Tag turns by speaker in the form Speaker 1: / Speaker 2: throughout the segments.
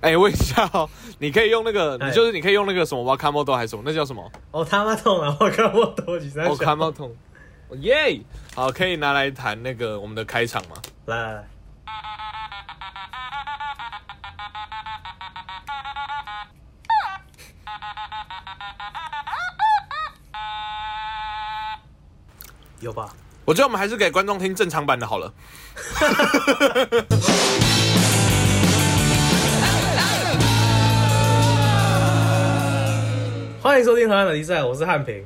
Speaker 1: 哎，问一下哦， 你可以用那个，
Speaker 2: 哎
Speaker 1: 你就是你可以用那个什么 w a k a m o t o 还是什么，那叫什么
Speaker 2: 哦，他妈痛啊！我看我多几三
Speaker 1: w a k a
Speaker 2: 小。
Speaker 1: m o t o 耶！好，可以拿来弹那个我们的开场吗？
Speaker 2: 来来来，有吧？
Speaker 1: 我觉得我们还是给观众听正常版的好了。
Speaker 2: 欢迎收听《河岸的比赛》，我是汉平。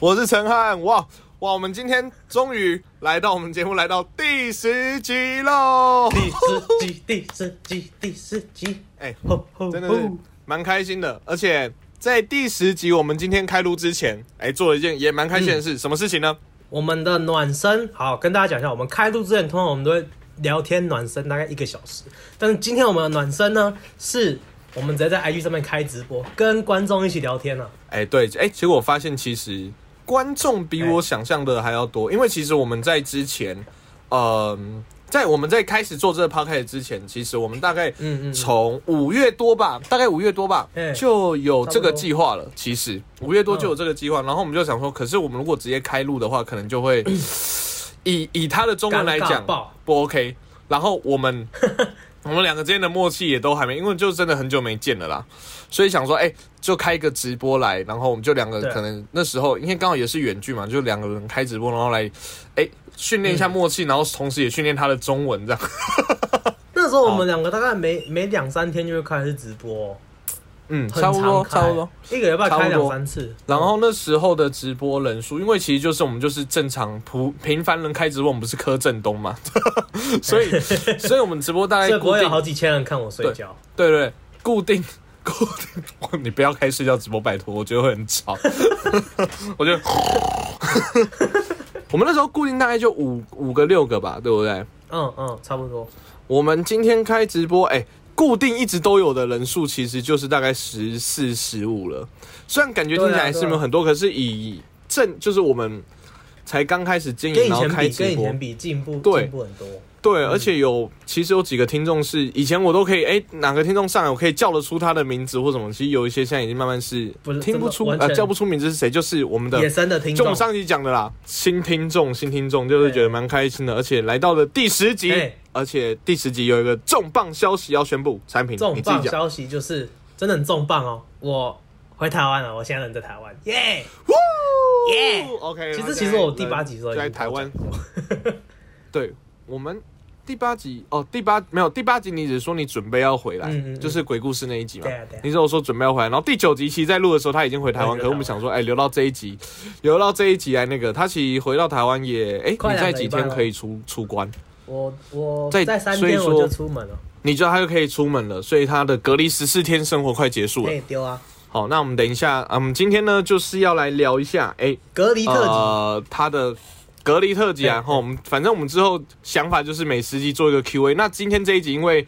Speaker 1: 我是陈汉，哇哇，我们今天终于来到我们节目来到第十集喽！
Speaker 2: 第十集，第十集，第十集，
Speaker 1: 哎，
Speaker 2: 吼吼
Speaker 1: 真的是
Speaker 2: 吼！
Speaker 1: 蛮开心的，而且在第十集我们今天开录之前，哎，做了一件也蛮开心的事，什么事情呢？
Speaker 2: 我们的暖身，好，跟大家讲一下，我们开录之前，通常我们都会聊天暖身，大概一个小时。但是今天我们的暖身呢，是我们直接在 IG 上面开直播，跟观众一起聊天啊。
Speaker 1: 哎，对，哎，结果我发现其实观众比
Speaker 2: 哎
Speaker 1: 我想象的还要多，因为其实我们在之前，嗯、在我们在开始做这个 p o d c a s t 之前，其实我们大概
Speaker 2: 嗯嗯
Speaker 1: 从五月多吧，大概五月多吧
Speaker 2: 哎，
Speaker 1: 就有这
Speaker 2: 差
Speaker 1: 个
Speaker 2: 不多嗯
Speaker 1: 计划了。其实五月多就有这个计划，然后我们就想说，可是我们如果直接开录的话，可能就 会以以他的中文来
Speaker 2: 尴尬
Speaker 1: 讲
Speaker 2: 爆
Speaker 1: 不 OK。然后我 们我们两个之间的默契也都还没，因为就真的很久没见了啦，所以想说，哎、就开一个直播来，然后我们就两个
Speaker 2: 对
Speaker 1: 可能那时候因为刚好也是远距嘛，就两个人开直播，然后来，哎、训练一下
Speaker 2: 嗯
Speaker 1: 默契，然后同时也训练他的中文， 这样。
Speaker 2: 那时候我们两个大概每每两三天就会开始直播、哦，
Speaker 1: 嗯，
Speaker 2: 很
Speaker 1: 差不多，
Speaker 2: 常开
Speaker 1: 差不多。，
Speaker 2: 一个礼拜
Speaker 1: 差
Speaker 2: 开
Speaker 1: 不多
Speaker 2: 两三次。
Speaker 1: 然后那时候的直播人数，因为其实就是我们就是正常普平凡人开直播，我们不是柯震东嘛， 所 以所以我们直播大
Speaker 2: 所
Speaker 1: 概
Speaker 2: 以
Speaker 1: 哎固
Speaker 2: 国外有
Speaker 1: 定，
Speaker 2: 好几千人看我睡觉，
Speaker 1: 对对对，固定固定，哇你不要开睡觉直播，拜托，我觉得会很吵，我觉得。我们那时候固定大概就五五个六个吧，对不对？
Speaker 2: 嗯嗯，差不多。
Speaker 1: 我们今天开直播，哎、固定一直都有的人数其实就是大概十四、十五了。虽然感觉听起来是没有很多，可是以正就是我们才刚开始经
Speaker 2: 跟
Speaker 1: 营，嗯
Speaker 2: 以
Speaker 1: 然后
Speaker 2: 前
Speaker 1: 开
Speaker 2: 比，
Speaker 1: 直
Speaker 2: 跟以
Speaker 1: 播
Speaker 2: 前，比进步
Speaker 1: 对
Speaker 2: 进步很多。
Speaker 1: 对，
Speaker 2: 嗯
Speaker 1: 而且有其实有几个听众是以前我都可以，哎、哪个听众上来我可以叫得出他的名字或什么，其实有一些现在已经慢慢是
Speaker 2: 不是
Speaker 1: 听不
Speaker 2: 真的
Speaker 1: 出，
Speaker 2: 完全
Speaker 1: 呃，叫不出名字是谁，就是我们的
Speaker 2: 野生的听
Speaker 1: 就我
Speaker 2: 众
Speaker 1: 们，上集讲的啦，新听众，新听众就是觉得蛮开心的，而且来到了第十集
Speaker 2: 对，
Speaker 1: 而且第十集有一个重磅消息要宣布，产品
Speaker 2: 重
Speaker 1: 你自己
Speaker 2: 磅
Speaker 1: 讲，
Speaker 2: 消息就是真的很重磅哦！我回台湾了，我现在人在台湾，耶、
Speaker 1: 哇
Speaker 2: Yeah
Speaker 1: ，OK。
Speaker 2: 其
Speaker 1: 然后
Speaker 2: 实
Speaker 1: 现在
Speaker 2: 其实我第八集的时候
Speaker 1: 人
Speaker 2: 已
Speaker 1: 就
Speaker 2: 经
Speaker 1: 在台湾
Speaker 2: 跟，我讲过
Speaker 1: 对我们第八集哦，第八没有第八集，你只是说你准备要回来，
Speaker 2: 嗯嗯嗯
Speaker 1: 就是鬼故事那一集嘛
Speaker 2: 对啊对啊。
Speaker 1: 你只有说准备要回来，然后第九集其实在录的时候他已经回台湾，
Speaker 2: 对
Speaker 1: 可是我们想说，哎，留到这一集，留到这一集来那个，他其实回到台湾也，哎，
Speaker 2: 快
Speaker 1: 你
Speaker 2: 两
Speaker 1: 在
Speaker 2: 个
Speaker 1: 几
Speaker 2: 礼拜
Speaker 1: 天
Speaker 2: 了
Speaker 1: 可以出出关？
Speaker 2: 我我
Speaker 1: 在
Speaker 2: 在三
Speaker 1: 所以
Speaker 2: 天
Speaker 1: 说
Speaker 2: 我就出门了，
Speaker 1: 你知道他就可以出门了，所以他的隔离十四天生活快结束
Speaker 2: 可
Speaker 1: 了。
Speaker 2: 以丢啊！
Speaker 1: 好，那我们等一下，啊我们今天呢就是要来聊一下，哎、
Speaker 2: 隔离特辑、
Speaker 1: 呃，他的隔离特辑啊，
Speaker 2: 对
Speaker 1: 然后我们反正我们之后想法就是每十集做一个 Q&A。那今天这一集，因为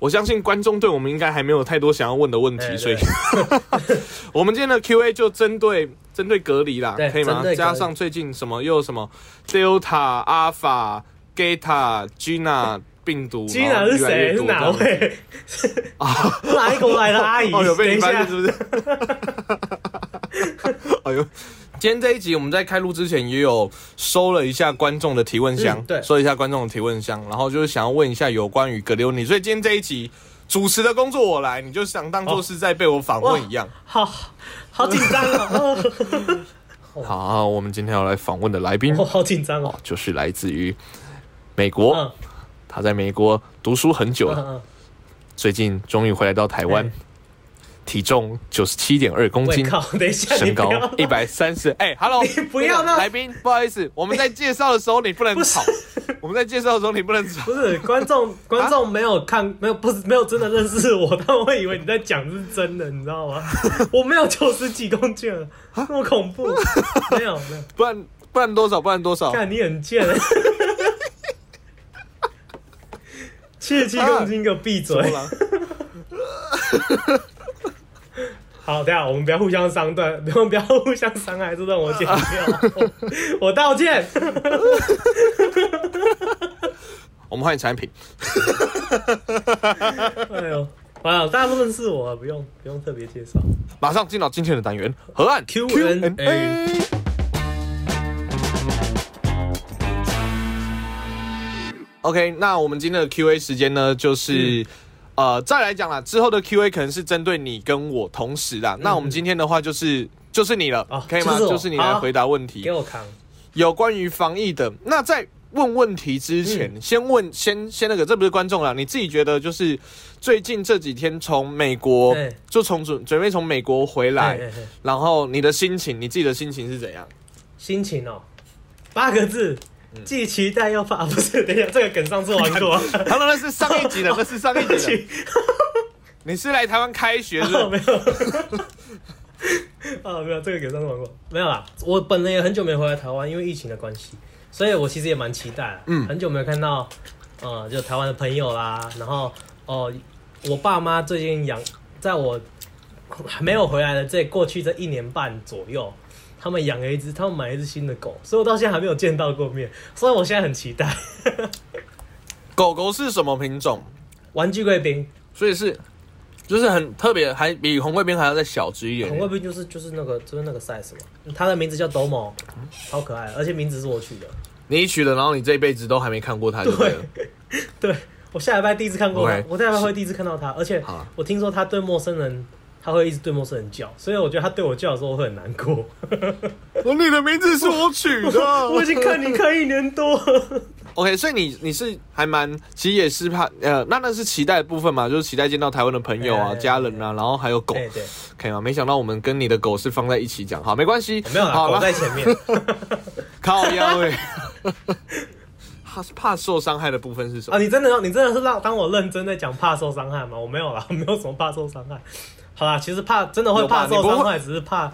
Speaker 1: 我相信观众对我们应该还没有太多想要问的问题，
Speaker 2: 哎对
Speaker 1: 所以 我们今天的 Q&A 就针对针对隔离啦
Speaker 2: 对，
Speaker 1: 可以吗
Speaker 2: 针对？隔离
Speaker 1: 加上最近什么又有什么 Delta、Alpha、Geta、Gina 病毒，
Speaker 2: 居然
Speaker 1: 然后
Speaker 2: 是
Speaker 1: 越来
Speaker 2: 谁？
Speaker 1: 越
Speaker 2: 是
Speaker 1: 多这
Speaker 2: 哪
Speaker 1: 样
Speaker 2: 位？ 哪一国来的阿姨？
Speaker 1: 啊哦，有被
Speaker 2: 等
Speaker 1: 你
Speaker 2: 一
Speaker 1: 发
Speaker 2: 下
Speaker 1: 现是，不 是？哎呦，今天这一集我们在开录之前也有收了一下观众的提问箱，
Speaker 2: 嗯对
Speaker 1: 收了一下观众的提问箱，然后就是想要问一下有关于葛留你，所以今天这一集主持的工作我来，你就想当做是在被我访问一样。
Speaker 2: 好好紧张哦！
Speaker 1: 好，我们今天要来访问的来宾
Speaker 2: 哦，好紧张哦！
Speaker 1: 就是来自于美国，
Speaker 2: 嗯
Speaker 1: 他在美国读书很久
Speaker 2: 嗯
Speaker 1: 了，
Speaker 2: 嗯，
Speaker 1: 最近终于回来到台湾，
Speaker 2: 哎
Speaker 1: 体重九十七点二公
Speaker 2: 喂
Speaker 1: 斤。
Speaker 2: 靠！等一 下，你
Speaker 1: 身
Speaker 2: 不
Speaker 1: 高
Speaker 2: 要
Speaker 1: 一百三十。哎，Hello，
Speaker 2: 你不要那
Speaker 1: 来宾，不好意思，我们在介绍的时候你不能吵， 我们在介绍的时候你不能吵。
Speaker 2: 不是观众，观众没有看，没有不是没有真的认识我， 他们会以为你在讲是真的，你知道吗？ 我没有九十几公斤了，那么恐怖，没有没有，
Speaker 1: 不然不然多少？不然多 少？
Speaker 2: 看你很贱，七十七公斤，给我闭
Speaker 1: 怎么
Speaker 2: 嘴！
Speaker 1: 了？
Speaker 2: 好，等一下我们不要互相伤断，不用不要互相伤害，这段我剪掉，我我道歉。
Speaker 1: 我们换产品。
Speaker 2: 哎呦，啊，大部分是我，不用不用特别介绍。
Speaker 1: 马上进到今天的单元，河岸
Speaker 2: Q&A
Speaker 1: Q&A 好 OK，那我们今天的 Q&A 时间呢，
Speaker 2: 嗯
Speaker 1: 就是、呃，再来讲啦，之后的 Q&A 可能是针对你跟我同时啦。那我们今天的话就是就是你了，
Speaker 2: 嗯哦
Speaker 1: 可以吗？
Speaker 2: 就是我
Speaker 1: 就是你来
Speaker 2: 好
Speaker 1: 回答问题
Speaker 2: 给。我扛，
Speaker 1: 有关于防疫的。那在问问题之前，
Speaker 2: 嗯
Speaker 1: 先问先先那个，这不是观众啦，啊你自己觉得就是最近这几天从美国
Speaker 2: 对
Speaker 1: 就从准准备从美国回来，
Speaker 2: 嘿嘿嘿
Speaker 1: 然后你的心情，你自己的心情是 怎样？
Speaker 2: 心情哦，八个字，既期待又怕， 啊不是，等一下，这个梗上次玩过，
Speaker 1: 好了，那 是上一集的，那是啊上一
Speaker 2: 对不
Speaker 1: 集的。
Speaker 2: 起，
Speaker 1: 你是来台湾开学是
Speaker 2: 哦
Speaker 1: 不
Speaker 2: 没有。 啊，没有这个梗上次玩过，没有啦。我本人也很久没回来台湾，因为疫情的关系，所以我其实也蛮期待啊。
Speaker 1: 嗯
Speaker 2: 很久没有看到，呃，就台湾的朋友啦。然后，哦、我爸妈最近养，在我还没有回来的这过去这一年半左右，他们养了一只，他们买了一只新的狗，所以我到现在还没有见到过面，所以我现在很期待。
Speaker 1: 狗狗是什么品种？
Speaker 2: 玩具贵宾，
Speaker 1: 所以是就是很特别，还比红贵宾还要再小只一点
Speaker 2: 红贵宾就是就是那个就是那个 size 嘛，它的名字叫斗某，超可爱的，而且名字是我取的。
Speaker 1: 你一取了，然后你这一辈子都还没看过它，对不对了？
Speaker 2: 对我下礼拜第一次看过他
Speaker 1: OK，
Speaker 2: 我下礼拜会第一次看到他，而且
Speaker 1: 好啊
Speaker 2: 我听说他对陌生人，他会一直对陌生人叫，所以我觉得他对我叫的时候我会很难 过。
Speaker 1: 我哦你的名字是我取的，
Speaker 2: 我已经看你看一年 多了，
Speaker 1: OK，所以你你是还蛮，其实也是怕呃，那那是期待的部分嘛，就是期待见到台湾的朋友啊、
Speaker 2: 哎
Speaker 1: 家人啊，然后还有狗，
Speaker 2: 对哎对，
Speaker 1: 可以吗？没想到我们跟你的狗是放在一起讲，好，没关系，
Speaker 2: 哎没有啦，
Speaker 1: 好
Speaker 2: 狗
Speaker 1: 了，
Speaker 2: 在前面。
Speaker 1: 靠腰哎、 怕怕受伤害的部分是什么？
Speaker 2: 啊，你真的要，你真的是让当我认真在讲怕受伤害吗？我没有啦， 我没有什么怕受伤害。好啦，其实怕真的会
Speaker 1: 有吧
Speaker 2: 怕受
Speaker 1: 你
Speaker 2: 伤
Speaker 1: 不
Speaker 2: 害，只是怕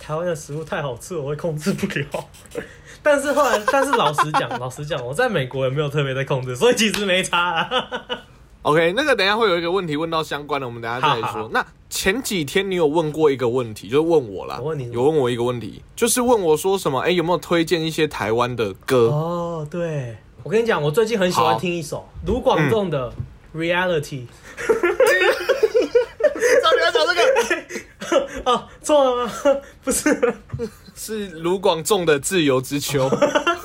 Speaker 2: 台湾的食物太好吃，我会控制不了。 但是后来，但是老实讲，老实讲，我在美国也没有特别在控制，所以其实没差啦。
Speaker 1: OK，那个等一下会有一个问题问到相关的，我们等一下再来说。
Speaker 2: 好好好
Speaker 1: 那前几天你有问过一个问题，就是问我啦，
Speaker 2: 我问你什么
Speaker 1: 有问我一个问题，就是问我说什么？哎、有没有推荐一些台湾的歌？
Speaker 2: 哦，对，我跟你讲，我最近很喜欢
Speaker 1: 好
Speaker 2: 听一首卢广仲的《Reality》
Speaker 1: 到底要讲这个？
Speaker 2: 哦，错了吗？ 不是，
Speaker 1: 是卢广仲的《自由之秋》。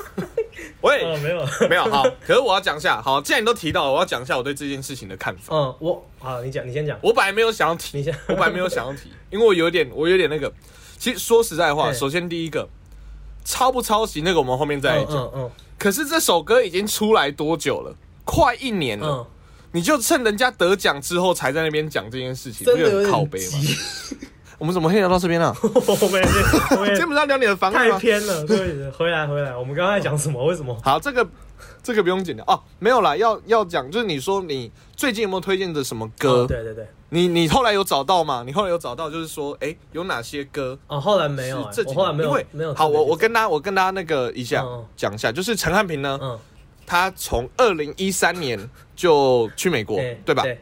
Speaker 1: 喂，
Speaker 2: 哦，没有。
Speaker 1: 没有好，可是我要讲一下，好，既然你都提到了，我要讲一下我对这件事情的看法。
Speaker 2: 嗯，我好，你讲，你先讲，
Speaker 1: 我本来没有想要
Speaker 2: 你
Speaker 1: 提，
Speaker 2: 先。
Speaker 1: 我本来没有想要 提，因为我有点，我有点那个。其实说实在话，
Speaker 2: 对
Speaker 1: 首先第一个，抄不抄袭那个我们后面再来
Speaker 2: 嗯
Speaker 1: 讲。
Speaker 2: 嗯嗯
Speaker 1: 可是这首歌已经出来多久了？快一年了，
Speaker 2: 嗯，
Speaker 1: 你就趁人家得奖之后才在那边讲这件事情，不
Speaker 2: 真
Speaker 1: 就
Speaker 2: 的有
Speaker 1: 很
Speaker 2: 点
Speaker 1: 靠背吗？
Speaker 2: 急。
Speaker 1: 我们怎么会聊到这边 呢、啊？
Speaker 2: 我们也我们
Speaker 1: 今天
Speaker 2: 也
Speaker 1: 不是要聊你的防疫
Speaker 2: 太
Speaker 1: 吗？
Speaker 2: 偏了，对，回来回来，我们刚才讲什么？为什么？
Speaker 1: 好，这个这个不用剪掉哦，没有啦，要要讲就是你说你最近有没有推荐的什么歌？
Speaker 2: 哦对对对，
Speaker 1: 你你后来有找到吗？你后来有找到，就是说，哎、有哪些歌
Speaker 2: 哦，后来没
Speaker 1: 是
Speaker 2: 有啊
Speaker 1: 这，几
Speaker 2: 我
Speaker 1: 年？
Speaker 2: 后来没
Speaker 1: 因为
Speaker 2: 有没有特别去找。
Speaker 1: 好，我我跟大家我跟大家那个一下
Speaker 2: 嗯嗯
Speaker 1: 讲、一下，就是陈汉平呢，
Speaker 2: 嗯，
Speaker 1: 他从二零一三年就去美国，
Speaker 2: 哎
Speaker 1: 对吧？
Speaker 2: 对，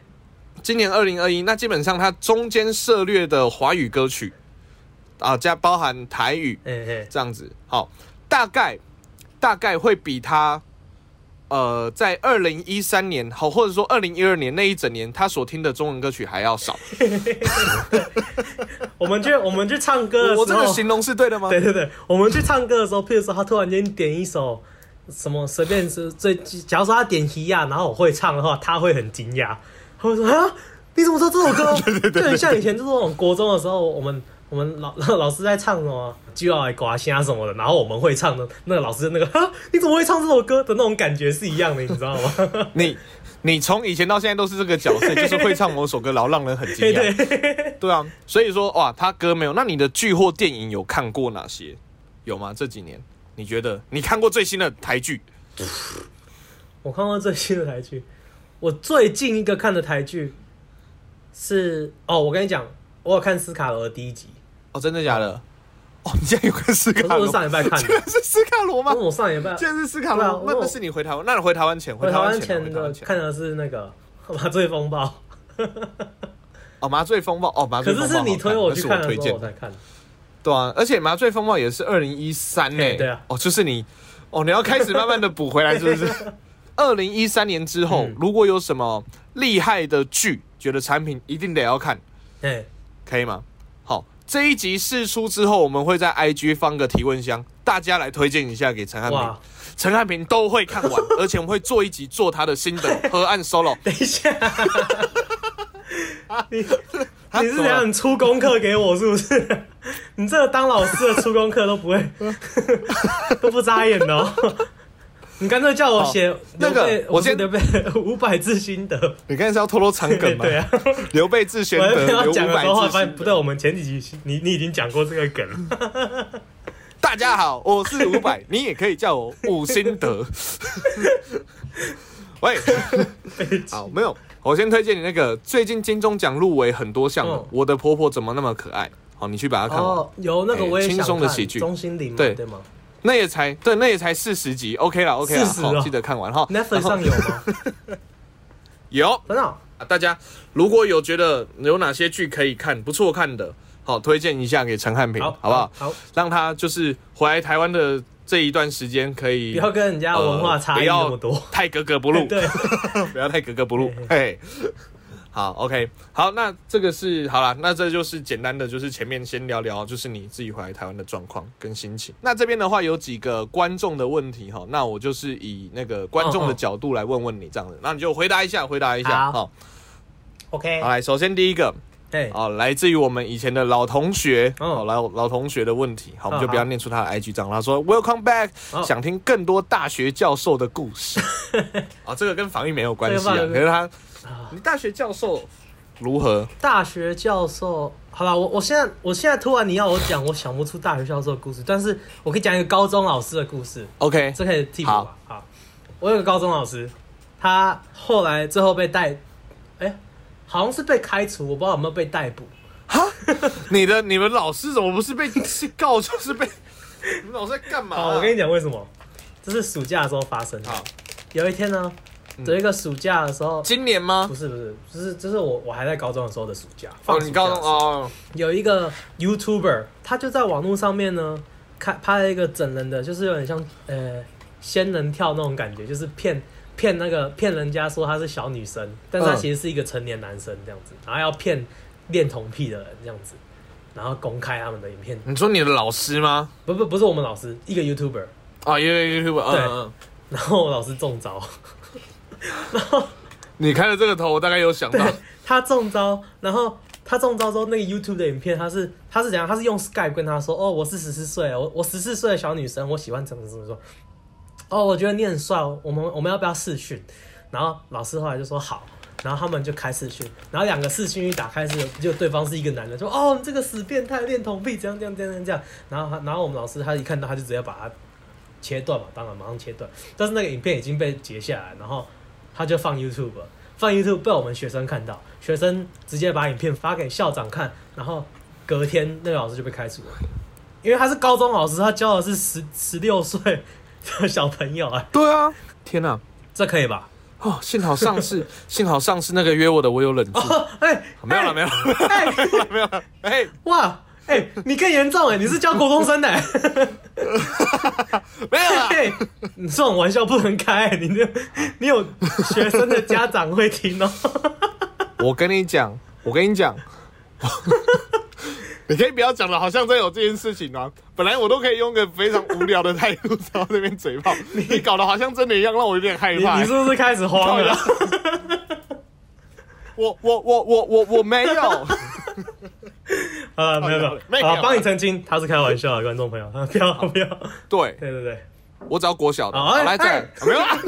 Speaker 1: 今年二零二一，那基本上他中间涉略的华语歌曲啊，加包含台语
Speaker 2: 哎哎，
Speaker 1: 这样子，好，大概大概会比他。呃，在二零一三年，好，或者说二零一二年那一整年，他所听的中文歌曲还要少。
Speaker 2: 我们去我们去唱歌的时候，
Speaker 1: 我这个形容是对的吗？
Speaker 2: 对对对，我们去唱歌的时候，譬如说他突然间点一首什么，随便是最，假如说他点西亚，然后我会唱的话，他会很惊讶，他会说啊，你怎么知道这首歌？对对对就很像以前就是那种国中的时候，我们。我们老老师在唱什么就要来刮虾什么的，然后我们会唱的，那个老师那个 哈，你怎么会唱这首歌的那种感觉是一样的，你知道吗？
Speaker 1: 你你从以前到现在都是这个角色， 就是会唱某首歌，然后让人很惊
Speaker 2: 对
Speaker 1: 讶。
Speaker 2: 对，
Speaker 1: 对啊，所以说哇，他歌没有。那你的剧或电影有看过哪些？有吗？这几年你觉得你看过最新的台剧？
Speaker 2: 我看过最新的台剧，我最近一个看的台剧是哦，我跟你讲，我有看斯卡罗的第一集，
Speaker 1: 哦，真的假的？哦，你竟然有看斯
Speaker 2: 可
Speaker 1: 卡
Speaker 2: 嗯是我
Speaker 1: 罗
Speaker 2: 是？上礼拜 看
Speaker 1: 竟
Speaker 2: 的，
Speaker 1: 然是斯卡罗吗
Speaker 2: 因为？我上礼拜
Speaker 1: 竟然是斯卡
Speaker 2: 对啊
Speaker 1: 罗？那
Speaker 2: 我
Speaker 1: 那是你回台湾？那你回台湾前，
Speaker 2: 回台湾
Speaker 1: 湾
Speaker 2: 前
Speaker 1: 前，回台
Speaker 2: 的
Speaker 1: 湾前。
Speaker 2: 看的是那个《麻醉风暴》，
Speaker 1: 哦，麻醉风暴，哦，麻
Speaker 2: 可
Speaker 1: 醉风暴
Speaker 2: 是
Speaker 1: 好
Speaker 2: 是
Speaker 1: 看。
Speaker 2: 你推我去看
Speaker 1: 那是
Speaker 2: 的
Speaker 1: 推
Speaker 2: 时候
Speaker 1: 荐
Speaker 2: 我
Speaker 1: 的。
Speaker 2: 才看的，
Speaker 1: 对啊，而且麻醉风暴也是二零一三呢。
Speaker 2: 嘿对啊
Speaker 1: 哦，就是你，哦，你要开始慢慢的 补回来，是不是？二零一三年之后，
Speaker 2: 嗯
Speaker 1: 如果有什么厉害的剧，觉得产品一定得要看，
Speaker 2: 哎，
Speaker 1: 可以吗？好，这一集试出之后，我们会在 IG 放个提问箱，大家来推荐一下给陈汉平
Speaker 2: 哇。，
Speaker 1: 陈汉平都会 看完，而且我们会做一集做他的新的河岸 solo。
Speaker 2: 等一下，你
Speaker 1: 啊
Speaker 2: 你是
Speaker 1: 怎
Speaker 2: 怎
Speaker 1: 么了
Speaker 2: 样？你出功课给我是不是？ 你这个当老师的出功课都不会， 都不眨眼的哦。你干脆叫我写
Speaker 1: 哦那个我先
Speaker 2: 得背 五百字心得，
Speaker 1: 你刚才是要透露长梗吗？
Speaker 2: 对啊，
Speaker 1: 刘备自玄
Speaker 2: 我在
Speaker 1: 德，
Speaker 2: 要
Speaker 1: 刘
Speaker 2: 讲
Speaker 1: 五
Speaker 2: 的
Speaker 1: 百
Speaker 2: 时候，
Speaker 1: 自
Speaker 2: 发现
Speaker 1: 新
Speaker 2: 不
Speaker 1: 德。
Speaker 2: 对，我们前几集你你已经讲过这个梗了，
Speaker 1: 大家好，我是伍佰，你也可以叫我五星德。 喂，好，没有，我先推荐你那个最近金钟奖入围很多项的《
Speaker 2: 嗯
Speaker 1: 我的婆婆怎么那么可爱》。好，你去把它看完。
Speaker 2: 哦，有那个
Speaker 1: 哎
Speaker 2: 我也
Speaker 1: 轻
Speaker 2: 想
Speaker 1: 松的
Speaker 2: 看
Speaker 1: 喜剧
Speaker 2: 钟欣凌嘛
Speaker 1: 对
Speaker 2: 对吗
Speaker 1: 那也才对，那也才四十集，OK 啦 o k 啦，
Speaker 2: 40
Speaker 1: 好，
Speaker 2: 哦
Speaker 1: 记得看完哈。
Speaker 2: ？Netflix 上有吗？
Speaker 1: 有
Speaker 2: 真的哦？
Speaker 1: 啊，大家如果有觉得有哪些剧可以看，不错看的，好推荐一下给陈汉平，
Speaker 2: 好，
Speaker 1: 好不好？
Speaker 2: 好，
Speaker 1: 让他就是回来台湾的这一段时间可以
Speaker 2: 不要跟人家文化差异
Speaker 1: 呃
Speaker 2: 那么多。
Speaker 1: 不要太格格不入，
Speaker 2: 对，
Speaker 1: 不要太格格不入，嘿。好，OK，好，那这个是好啦，那这就是简单的，就是前面先聊聊，就是你自己回来台湾的状况跟心情。那这边的话有几个观众的问题哈，那我就是以那个观众的
Speaker 2: 嗯嗯
Speaker 1: 角度来问问你这样子，那你就回答一下，回答一下，
Speaker 2: 好
Speaker 1: 好，
Speaker 2: OK，
Speaker 1: 好来，首先第一个，
Speaker 2: 哎，
Speaker 1: 哦，来自于我们以前的老同学，
Speaker 2: 嗯
Speaker 1: 哦，老老同学的问题，好，我们
Speaker 2: 嗯
Speaker 1: 就不要
Speaker 2: 好
Speaker 1: 念出他的 IG 账号，他说 Welcome back，、
Speaker 2: 哦
Speaker 1: 想听更多大学教授的故 事。啊、这个跟防疫没有关系啊，
Speaker 2: 这个
Speaker 1: 可
Speaker 2: 防疫
Speaker 1: 是他，
Speaker 2: 啊
Speaker 1: 你大学教授如何？
Speaker 2: 大学教授，好了，我我现在我现在突然你要我讲，我想不出大学教授的故事，但是我可以讲一个高中老师的故事，
Speaker 1: OK，
Speaker 2: 这可以替补吧？好，我有个高中老师，他后来最后被逮，哎、好像是被开除，我不知道有没有被逮捕。
Speaker 1: 你的你们老师怎么不是 被是告就是被？你们老师在干嘛、
Speaker 2: 好，我跟你讲为什么，这是暑假的时候发生的。
Speaker 1: 啊好，嗯
Speaker 2: 有一天呢，有一个暑假的时候，
Speaker 1: 今年吗
Speaker 2: 不？是不是，就是就是我我还在高中的时候的暑假，放
Speaker 1: 哦，
Speaker 2: 暑
Speaker 1: 你
Speaker 2: 假的
Speaker 1: 高
Speaker 2: 时
Speaker 1: 中
Speaker 2: 候
Speaker 1: 哦，
Speaker 2: 有一个 YouTuber，他就在网络上面呢，开拍了一个整人的，就是有点像呃仙人跳那种感觉，就是骗骗那个骗人家说他是小女生，但是他
Speaker 1: 嗯
Speaker 2: 其实是一个成年男生这样子，然后要骗恋童癖的人这样子，然后公开他们的影片，
Speaker 1: 你说你的老师吗？
Speaker 2: 不不不是我们老师，一个 YouTuber，
Speaker 1: 啊，因为 YouTube，嗯
Speaker 2: 对
Speaker 1: 嗯，
Speaker 2: 然后我老师中招，
Speaker 1: 你开了这个头，我大概有想到
Speaker 2: 对，他中招，然后他中招之后，那个 YouTube 的影片，他是他是怎样？他是用 Skype 跟他说：“哦，我是十四岁，我我十四岁的小女生，我喜欢怎么怎么说。”哦，我觉得你很帅，我们我们要不要试训？然后老师后来就说好，然后他们就开视讯，然后两个视讯一打开是有就对方是一个男的，说哦你这个死变态恋童癖，这样这样这样这样这样，然后他然后我们老师他一看到他就直接把他切断嘛，当然马上切断，但是那个影片已经被截下来，然后他就放 YouTube，了放 YouTube 被我们学生看到，学生直接把影片发给校长看，然后隔天那个老师就被开除了，因为他是高中老师，他教的是十十六岁的小朋友啊，
Speaker 1: 对啊，天哪、
Speaker 2: 这可以吧？
Speaker 1: 哦，幸好上 次，幸好上次那个约我的我有忍住，
Speaker 2: 哦， 哎、
Speaker 1: 没有了，
Speaker 2: 哎
Speaker 1: 没有了，
Speaker 2: 哎、
Speaker 1: 没有了，没有了。哎，
Speaker 2: 哇，哎、你更严重哎、你是教国中生 的、欸，
Speaker 1: 没有了。
Speaker 2: 哎、你这种玩笑不能开、欸你这你有学生的家长会听 哦、
Speaker 1: 我跟你讲，我跟你讲， 你可以不要讲了，好像真有这件事情啊。本来我都可以用个非常无聊的态度 在我这边嘴炮，你搞得好像真的一样，让我有点害
Speaker 2: 你
Speaker 1: 怕。
Speaker 2: 你是不是开始慌了？
Speaker 1: 我我我我我我没 有，
Speaker 2: 啊，没有
Speaker 1: 没
Speaker 2: 没
Speaker 1: 有
Speaker 2: 有，好，帮你澄清，他是开玩笑的，观众朋友，啊不要不要，
Speaker 1: 对
Speaker 2: 对对对，
Speaker 1: 我只要国小的。
Speaker 2: 好
Speaker 1: 好，
Speaker 2: 哎
Speaker 1: 来再来
Speaker 2: 哎
Speaker 1: 没有 啦。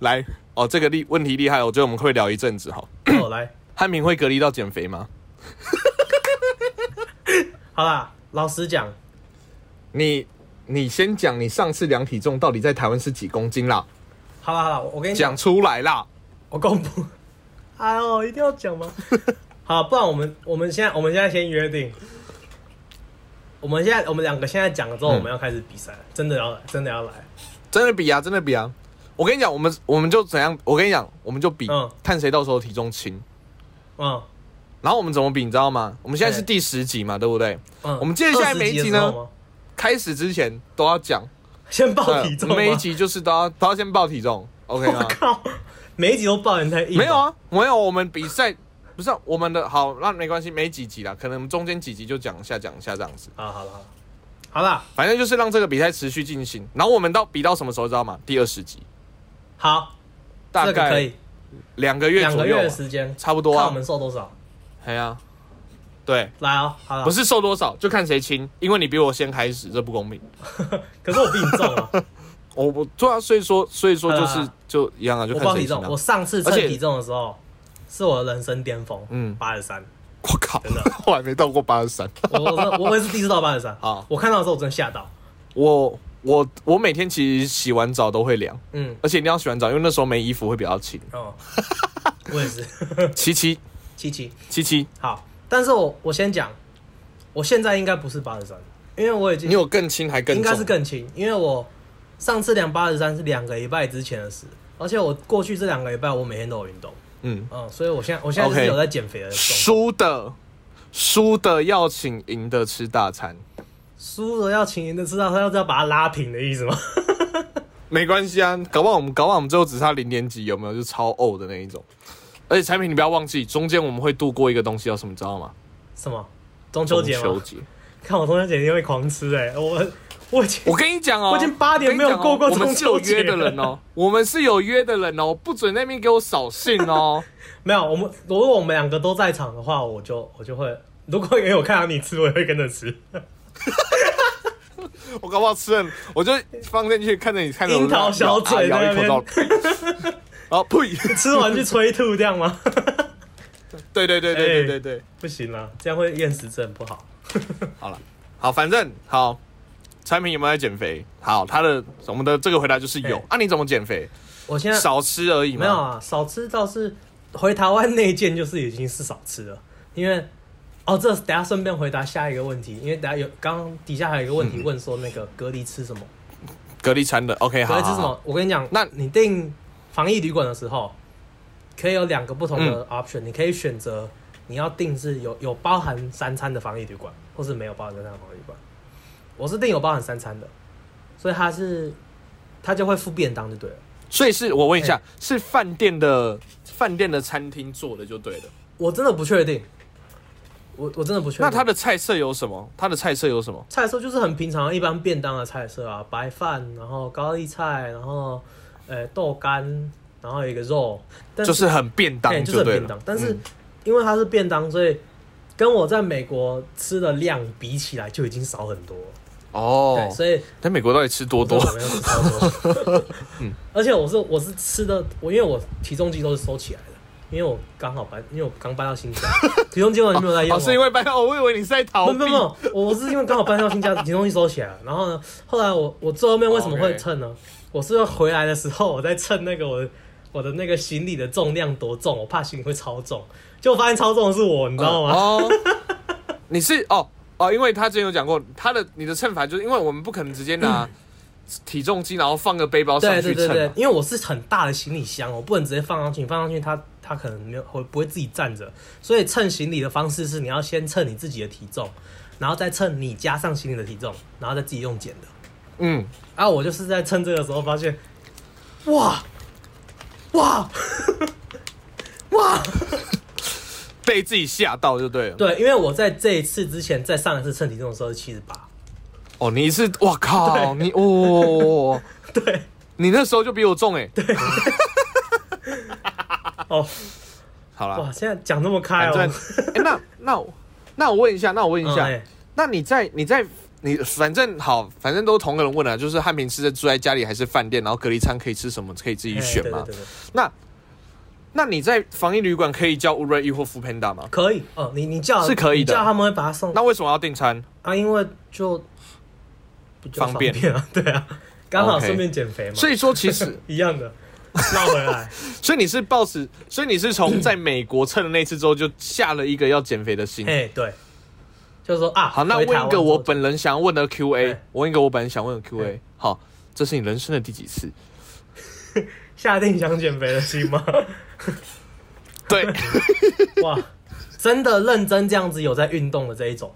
Speaker 1: 来哦，这个厉问题厉害，我觉得我们会聊一阵子哈。
Speaker 2: 哦，来，
Speaker 1: 汉明会隔离到减肥吗？
Speaker 2: 好啦，老实讲，
Speaker 1: 你你先讲，你上次量体重到底在台湾是几公斤啦？
Speaker 2: 好啦好啦，我跟你讲，
Speaker 1: 讲出来啦！
Speaker 2: 我公布， 哎呦，一定要 讲吗？好，不然我们我们现在我们现在先约定，我们现在我们两个现在讲了之后，
Speaker 1: 嗯
Speaker 2: 我们要开始比赛了，真的要来，真的要来，
Speaker 1: 真的比啊，真的比啊！我跟你讲，我们我们就怎样？我跟你讲，我们就比，
Speaker 2: 嗯
Speaker 1: 看谁到时候体重轻。
Speaker 2: 嗯
Speaker 1: 然后我们怎么比，你知道吗？我们现在是
Speaker 2: 对
Speaker 1: 第十集嘛，对不对？
Speaker 2: 嗯，
Speaker 1: 我们接下来
Speaker 2: 20
Speaker 1: 每一集
Speaker 2: 的时候
Speaker 1: 呢
Speaker 2: 吗？
Speaker 1: 开始之前都要讲，呃
Speaker 2: 先报
Speaker 1: 对
Speaker 2: 体重
Speaker 1: 我
Speaker 2: 吗
Speaker 1: 们每一集就是都要都要先报体重，OK
Speaker 2: 我
Speaker 1: 吗？
Speaker 2: 靠，每一集都抱人太
Speaker 1: 啊
Speaker 2: 硬。
Speaker 1: 没有，啊，没有，我们比赛不是啊、我们的好，那没关系，没几集啦，可能中间几集就讲一下讲一下这样子，
Speaker 2: 啊，好了好了，好了，
Speaker 1: 反正就是让这个比赛持续进行。然后我们到比到什么时候知道吗？第二十集，
Speaker 2: 好，
Speaker 1: 大
Speaker 2: 这个可
Speaker 1: 概
Speaker 2: 以，
Speaker 1: 两个月
Speaker 2: 两
Speaker 1: 左
Speaker 2: 个
Speaker 1: 右啊，
Speaker 2: 月的时间，
Speaker 1: 差不多
Speaker 2: 看
Speaker 1: 啊
Speaker 2: 我，们瘦多少。
Speaker 1: 哎呀、对，
Speaker 2: 来哦，好了，
Speaker 1: 不，是瘦多少，就看谁轻，因为你比我先开始，这不公平。
Speaker 2: 可是我比你重啊，
Speaker 1: 我我对啊，所以说所以说就是
Speaker 2: 好啦
Speaker 1: 就一样啊，就
Speaker 2: 我
Speaker 1: 看
Speaker 2: 报
Speaker 1: 谁
Speaker 2: 体
Speaker 1: 轻
Speaker 2: 重，
Speaker 1: 啊。
Speaker 2: 呃我上次称
Speaker 1: 而且
Speaker 2: 体重的时候是我的人生巅峰，
Speaker 1: 嗯
Speaker 2: 八十三，
Speaker 1: 我靠
Speaker 2: 真的，
Speaker 1: 我还没到过八十三。
Speaker 2: 我我我也是第一次到八十三
Speaker 1: 好，
Speaker 2: 我看到的时候我真的吓到，
Speaker 1: 我我我每天其实洗完澡都会凉，
Speaker 2: 嗯，
Speaker 1: 而且一定要洗完澡，因为那时候没衣服会比较轻。
Speaker 2: 哦，我也是，
Speaker 1: 七七
Speaker 2: 七七，
Speaker 1: 七七，
Speaker 2: 好，但是我我先讲，我现在应该不是八十三，因为我已经
Speaker 1: 你有更轻还更
Speaker 2: 应
Speaker 1: 重？
Speaker 2: 该是更轻，因为我上次量八十三是两个礼拜之前的事，而且我过去这两个礼拜我每天都有运动，
Speaker 1: 嗯。
Speaker 2: 嗯，所以我现在我现在
Speaker 1: OK
Speaker 2: 就是有在减肥的状态
Speaker 1: 输的输的要请，赢的吃大餐，
Speaker 2: 输了要请赢的知道他要要把他拉平的意思吗？
Speaker 1: 没关系啊。搞不好我们搞不好我们最后只差零点几，有没有？就超呕的那一种。而且产品你不要忘记，中间我们会度过一个东西叫什么，你知道吗？
Speaker 2: 什么中秋节
Speaker 1: 中秋
Speaker 2: 吗？
Speaker 1: 节。
Speaker 2: 看我中秋节一定会狂吃哎、我我已经
Speaker 1: 我跟你讲哦，
Speaker 2: 我已经八年没有过过
Speaker 1: 我跟你讲哦
Speaker 2: 中秋节
Speaker 1: 我们是有约的人哦，我们是有约的人哦，不准那边给我扫兴 哦。
Speaker 2: 没有我们，如果我们两个都在场的话，我就我就会，如果也有看到你吃，我也会跟着吃。
Speaker 1: 我搞不好吃了，我就放进去看着你看着我
Speaker 2: 樱桃小嘴
Speaker 1: 咬
Speaker 2: 在
Speaker 1: 咬
Speaker 2: 那
Speaker 1: 一口
Speaker 2: 边
Speaker 1: 到， 哦呸！
Speaker 2: 吃完去催吐这样吗？
Speaker 1: 对对对对对对对，
Speaker 2: 不行啦，这样会厌食症不好。
Speaker 1: 好了，好，反正好，产品有没有在减肥？好，他的我们的这个回答就是有
Speaker 2: 嘿。
Speaker 1: 啊，你怎么减肥？
Speaker 2: 我现在
Speaker 1: 少吃而已
Speaker 2: 没有
Speaker 1: 嘛。
Speaker 2: 啊，少吃倒是回台湾那一件就是已经是少吃了，因为哦，这等下顺便回答下一个问题，因为等下有刚刚底下还有一个问题
Speaker 1: 嗯
Speaker 2: 问说那个隔离吃什么，
Speaker 1: 隔离餐的，OK，
Speaker 2: 隔
Speaker 1: 好，
Speaker 2: 离吃什
Speaker 1: 好好
Speaker 2: 么？我跟你讲，
Speaker 1: 那
Speaker 2: 你订防疫旅馆的时候，可以有两个不同
Speaker 1: 嗯
Speaker 2: 的 option，、你可以选择你要订是有有包含三餐的防疫旅馆，或是没有包含三餐的防疫旅馆。我是订有包含三餐的，所以它是它就会付便当就对了。
Speaker 1: 所以是我问一下，是饭店的饭店的餐厅做的就对了。
Speaker 2: 我真的不确定，我我真的不确定。
Speaker 1: 那它的菜色有什么？它的菜色有什么？
Speaker 2: 菜色就是很平常一般便当的菜色啊，白饭，然后高丽菜，然后呃豆干，然后有一个肉，但
Speaker 1: 就是很便当
Speaker 2: 嘿就是很
Speaker 1: 对
Speaker 2: 便
Speaker 1: 了
Speaker 2: 当。。但是
Speaker 1: 嗯
Speaker 2: 因为它是便当，所以跟我在美国吃的量比起来就已经少很多了。对，
Speaker 1: 哦，
Speaker 2: 所以
Speaker 1: 在美国到底吃多多
Speaker 2: 我？没有吃超多。 嗯而且我是我是吃的，我因为我体重机都是收起来的，因为我刚好搬，因为我刚搬到 新家，体重机完全没有在用、啊
Speaker 1: 哦，是因为搬到，我以为你是在逃
Speaker 2: 哎没
Speaker 1: 避。
Speaker 2: 有没有没有，我我是因为刚好搬到新家，体重机收起来了。然后呢，后来我我最后面为什么会
Speaker 1: OK
Speaker 2: 称呢我是回来的时候我在称那个我的我的那个行李的重量多重，我怕行李会超重，结果发现超重的是我，你知道吗？
Speaker 1: 哦， 你是哦哦，因为他之前有讲过，他的你的称法就是因为我们不可能直接拿体重机，然后放个背包上
Speaker 2: 嗯对
Speaker 1: 去啊
Speaker 2: 对
Speaker 1: 称
Speaker 2: 对
Speaker 1: 嘛。
Speaker 2: 对，因为我是很大的行李箱，我不能直接放上去，放上去它它可能没有会不会自己站着，所以称行李的方式是你要先称你自己的体重，然后再称你加上行李的体重，然后再自己用减的。
Speaker 1: 嗯，
Speaker 2: 啊，我就是在趁这个时候发现，哇，哇，哇，
Speaker 1: 被自己吓到就对了。
Speaker 2: 对，因为我在这一次之前，在上一次称体重的时候是七十八，
Speaker 1: 哦，你是哇靠，你哦，
Speaker 2: 对，
Speaker 1: 你那时候就比我重哎。
Speaker 2: 哦，
Speaker 1: 好啦，
Speaker 2: 哇，现在讲那么开
Speaker 1: 啊反正
Speaker 2: 哦，
Speaker 1: 哎，那那我那我问一下，那我问一
Speaker 2: 嗯
Speaker 1: 下，
Speaker 2: 哎
Speaker 1: 那你在你在你反正好，反正都同个人问了、啊就是汉平是在住在家里还是饭店，然后隔离餐可以吃什么，可以自己
Speaker 2: 哎
Speaker 1: 选
Speaker 2: 对
Speaker 1: 嘛
Speaker 2: 对。对对
Speaker 1: 那那你在防疫旅馆可以叫 Uber E 或 f o o Panda 吗？
Speaker 2: 可以哦，你你叫
Speaker 1: 是可以的
Speaker 2: 你叫他们会把它送
Speaker 1: 那为什么要订餐？
Speaker 2: 啊，因为就比较
Speaker 1: 方
Speaker 2: 方
Speaker 1: 便
Speaker 2: 啊， 对啊，刚好
Speaker 1: OK
Speaker 2: 顺便减肥嘛，
Speaker 1: 所以说，其实，
Speaker 2: 一样的，绕回来，
Speaker 1: 所以你是抱持，所以你是从在美国蹭了那次之后，就下了一个要减肥的心。
Speaker 2: 哎，对，就是说啊，
Speaker 1: 好，那
Speaker 2: 回
Speaker 1: 问
Speaker 2: 台湾
Speaker 1: 一个我
Speaker 2: 之后
Speaker 1: 本人想问的 Q&A，
Speaker 2: 哎
Speaker 1: 我问一个我本人想问的 Q&A
Speaker 2: 哎。
Speaker 1: 好，这是你人生的第几次？
Speaker 2: 下定想减肥的心 吗？
Speaker 1: 对，
Speaker 2: 哇，真的认真这样子有在运动的这一种，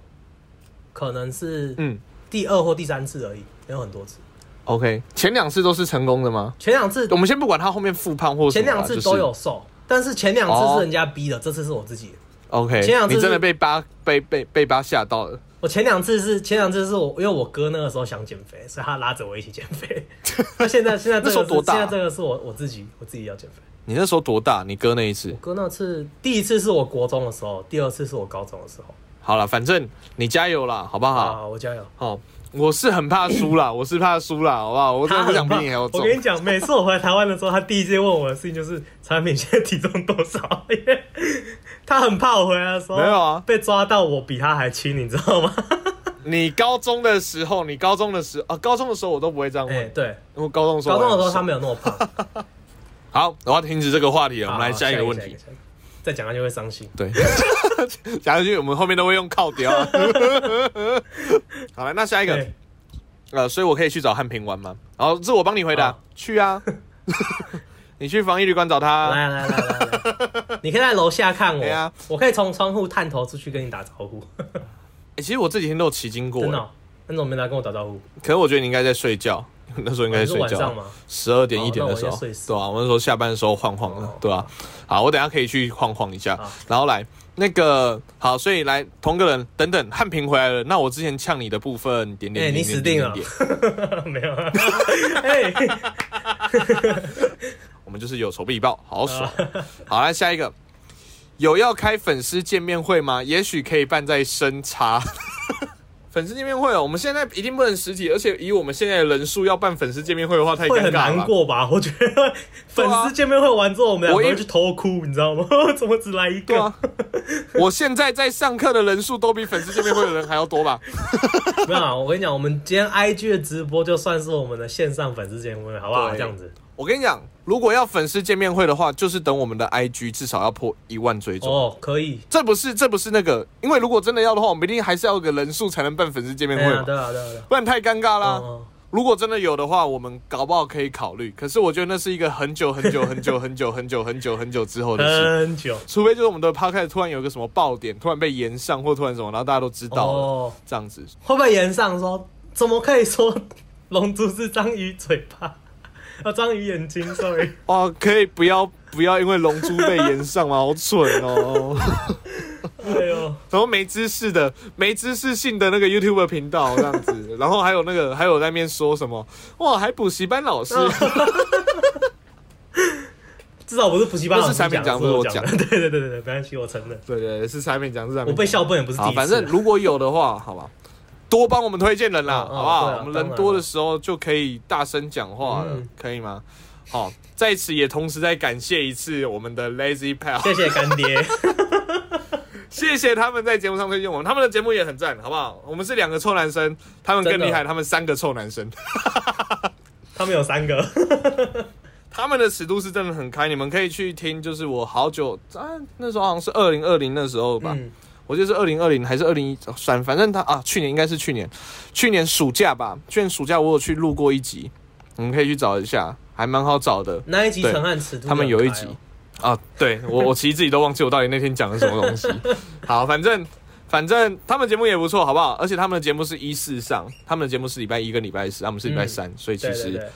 Speaker 2: 可能是
Speaker 1: 嗯，
Speaker 2: 第二或第三次而已，没有很多次。
Speaker 1: OK，前两次都是成功的吗？
Speaker 2: 前两次
Speaker 1: 我们先不管他后面复胖或什
Speaker 2: 前
Speaker 1: 么啦
Speaker 2: 两次都有
Speaker 1: 啊就是
Speaker 2: 瘦，但是前两次
Speaker 1: 哦
Speaker 2: 是人家逼的，这次是我自己的。
Speaker 1: OK，
Speaker 2: 前两次
Speaker 1: 你真的
Speaker 2: 是
Speaker 1: 被八被被被八吓到了。
Speaker 2: 我前两次是前两次是我，因为我哥那个时候想减肥，所以他拉着我一起减 肥。那现在现在这
Speaker 1: 那时候
Speaker 2: 个
Speaker 1: 多
Speaker 2: 是
Speaker 1: 大啊
Speaker 2: 现在这个是我我自己我自己要减肥。
Speaker 1: 你那时候多大？你哥那一次
Speaker 2: 我？哥那次第一次是我国中的时候，第二次是我高中的时候。
Speaker 1: 好了，反正你加油啦，好不好？
Speaker 2: 啊，我加油！
Speaker 1: 好、我是很怕输 啦，我是怕输啦，好不好？我真的不想比
Speaker 2: 很
Speaker 1: 你还
Speaker 2: 棒
Speaker 1: 要
Speaker 2: 我
Speaker 1: 重。
Speaker 2: 跟你讲，每次我回台湾的时候，他第一件问我的事情就是产品现在体重多少，因为他很怕我回来的时候
Speaker 1: 没有啊
Speaker 2: 被抓到我比他还轻，你知道吗？
Speaker 1: 你高中的时候，你高中的时啊，高中的时候我都不会这样
Speaker 2: 哎、
Speaker 1: 问。
Speaker 2: 对，
Speaker 1: 我高中的时候
Speaker 2: 高
Speaker 1: 我还
Speaker 2: 中
Speaker 1: 不
Speaker 2: 的
Speaker 1: 瘦，
Speaker 2: 时候他没有那么胖。
Speaker 1: 好，我要停止这个话题 了。我
Speaker 2: 好
Speaker 1: 们来
Speaker 2: 好
Speaker 1: 下一个
Speaker 2: 个
Speaker 1: 问题。，
Speaker 2: 下一个再讲他就会伤心。
Speaker 1: 对， 讲下去我们后面都会用靠雕。 好了，那下一个
Speaker 2: 对，
Speaker 1: 呃，所以我可以去找汉平玩吗？好，这我帮你回答
Speaker 2: 好，
Speaker 1: 去 啊，你去防疫旅馆找他啊。
Speaker 2: 来来来来 来，啊你可以在楼下看
Speaker 1: 对啊
Speaker 2: 我，我可以从窗户探头出去跟你打招呼，
Speaker 1: 欸其实我这几天都有骑经过
Speaker 2: 真的
Speaker 1: 欸，
Speaker 2: 哦。那你怎么没来跟我打招呼？
Speaker 1: 可是我觉得你应该在睡觉，那时候应该在
Speaker 2: 哦你是
Speaker 1: 睡
Speaker 2: 晚
Speaker 1: 觉
Speaker 2: 上。吗？
Speaker 1: 十二点
Speaker 2: 哦
Speaker 1: 一点
Speaker 2: 那
Speaker 1: 的
Speaker 2: 我
Speaker 1: 时
Speaker 2: 应该
Speaker 1: 候，
Speaker 2: 睡死
Speaker 1: 对啊，我那时候下班的时候晃晃的
Speaker 2: 哦，
Speaker 1: 对啊。好，我等一下可以去晃晃一下
Speaker 2: 好，
Speaker 1: 然后来那个好，所以来同个人等等汉平回来了，那我之前呛你的部分点点
Speaker 2: 哎
Speaker 1: 点
Speaker 2: 你
Speaker 1: 点
Speaker 2: 死
Speaker 1: 点
Speaker 2: 定
Speaker 1: 点
Speaker 2: 了
Speaker 1: 点，
Speaker 2: 没有啊。哎，
Speaker 1: 我们就是有仇必报，好爽。
Speaker 2: 哦
Speaker 1: 好，来下一个，有要开粉丝见面会吗？也许可以办在深差。 粉丝见面会哦，我们现在一定不能实体，而且以我们现在的人数要办粉丝见面会的话，太
Speaker 2: 会
Speaker 1: 尴
Speaker 2: 很
Speaker 1: 尬
Speaker 2: 难
Speaker 1: 了。
Speaker 2: 过吧？ 我觉得粉丝见面会完之后，我们两
Speaker 1: 我
Speaker 2: 个
Speaker 1: 一
Speaker 2: 会去偷哭，你知道吗？ 怎么只来一
Speaker 1: 对
Speaker 2: 个
Speaker 1: 啊？， 我现在在上课的人数都比粉丝见面会的人还要多吧？
Speaker 2: 没有啊，我跟你讲，我们今天 IG 的直播就算是我们的线上粉丝见面会，好不好？
Speaker 1: 对
Speaker 2: 这样子
Speaker 1: 我跟你讲，如果要粉丝见面会的话，就是等我们的 IG 至少要破一万追踪。
Speaker 2: 哦，可以。
Speaker 1: 这不是这不是那个，因为如果真的要的话，我们一定还是要有个人数才能办粉丝见面
Speaker 2: 对
Speaker 1: 会
Speaker 2: 啊，
Speaker 1: 嘛，
Speaker 2: 对啊，对啊，对啊
Speaker 1: 不然太尴尬啦。
Speaker 2: 嗯。嗯
Speaker 1: 如果真的有的话，我们搞不好可以考虑。可是我觉得那是一个很久很久很久很久很久很久很久之
Speaker 2: 哦
Speaker 1: 后的事，
Speaker 2: 很久
Speaker 1: 除非就是我们的 podcast 突然有一个什么爆点，突然被延上或突然什么，然后大家都知道了，
Speaker 2: 哦，
Speaker 1: 这样子。
Speaker 2: 会不会延上说怎么可以说 龙珠是章鱼嘴巴？ 啊，章鱼眼睛，sorry。
Speaker 1: 哇，哦可以不要不要因为龙珠被延上吗？好蠢 哦！
Speaker 2: 哎呦，
Speaker 1: 然后没知识的、没知识性的那个 YouTube 频道这样子，然后还有那个还有在那边说什么哇，还补习班老师，
Speaker 2: 嗯至少不是补习班老
Speaker 1: 不
Speaker 2: 师
Speaker 1: 是产品
Speaker 2: 讲，
Speaker 1: 讲
Speaker 2: 是
Speaker 1: 不是
Speaker 2: 我
Speaker 1: 我
Speaker 2: 讲的。
Speaker 1: 讲
Speaker 2: 对对对对对，没关系，我承认。
Speaker 1: 对对对，是产品讲是产
Speaker 2: 我
Speaker 1: 品
Speaker 2: 被
Speaker 1: 讲。
Speaker 2: 校笨也不是第
Speaker 1: 好，
Speaker 2: 一次。
Speaker 1: 反正如果有的话，好吧，多帮我们推荐人啦，
Speaker 2: 嗯嗯
Speaker 1: 好不好？
Speaker 2: 对啊
Speaker 1: 我们
Speaker 2: 当然
Speaker 1: 人多的时候就可以大声讲话了，
Speaker 2: 嗯
Speaker 1: 可以吗？好，在此也同时再感谢一次我们的 Lazy Pal，
Speaker 2: 谢谢干爹，
Speaker 1: 谢谢他们在节目上推荐我们，他们的节目也很赞，好不好？我们是两个臭男生，他们更
Speaker 2: 真的
Speaker 1: 厉害，他们三个臭男生，
Speaker 2: 他们有三 个。
Speaker 1: 他们的尺度是真的很开，你们可以去听，就是我好久啊，那时候好像是二零二零那时候吧，
Speaker 2: 嗯，
Speaker 1: 我记得是二零二零还是二零一算，反正他啊，去年应该是去年，去年暑假吧，去年暑假我有去录过一集，你们可以去找一下，还蛮好找的
Speaker 2: 那一集
Speaker 1: 对
Speaker 2: 陈汉尺度、
Speaker 1: 他们有一集
Speaker 2: 哦
Speaker 1: 啊。对我，我其实自己都忘记我到底那天讲了什么东 西。好，反正反正他们节目也不错，好不好？而且他们的节目是一四上，他们的节目是礼拜一跟礼拜四，他啊们是礼拜三，所以其
Speaker 2: 对
Speaker 1: 实
Speaker 2: 嗯对对，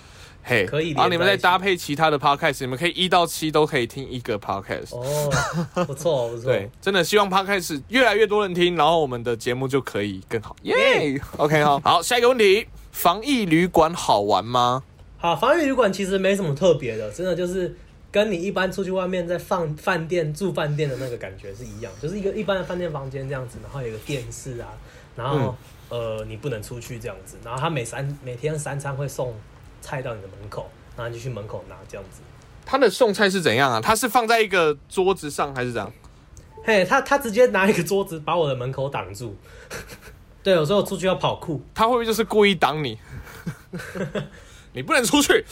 Speaker 1: 嘿，
Speaker 2: 可以连
Speaker 1: 然后你们再
Speaker 2: 在一起
Speaker 1: 搭配其他的 podcast，你们可以一到七都可以听一个 podcast。
Speaker 2: 哦，不错不错。
Speaker 1: 对，，真的希望 Podcast 越来越多人听，然后我们的节目就可以更好，耶、OK 哈，好，下一个问题，防疫旅馆好玩吗？
Speaker 2: 好，防疫旅馆其实没什么特别的，真的就是跟你一般出去外面在放饭店住饭店的那个感觉是一样，就是一个一般的饭店房间这样子，然后有个电视啊，然
Speaker 1: 嗯
Speaker 2: 后、呃你不能出去这样子，然后他每三每天三餐会送菜到你的门口，然后你就去门口拿这样子。
Speaker 1: 它的送菜是怎样啊？它是放在一个桌子上还是怎样？
Speaker 2: 嘿，他他直接拿一个桌子把我的门口挡住。 对，有时候出去要跑酷，
Speaker 1: 它会不会就是故意挡你？ 你不能出去，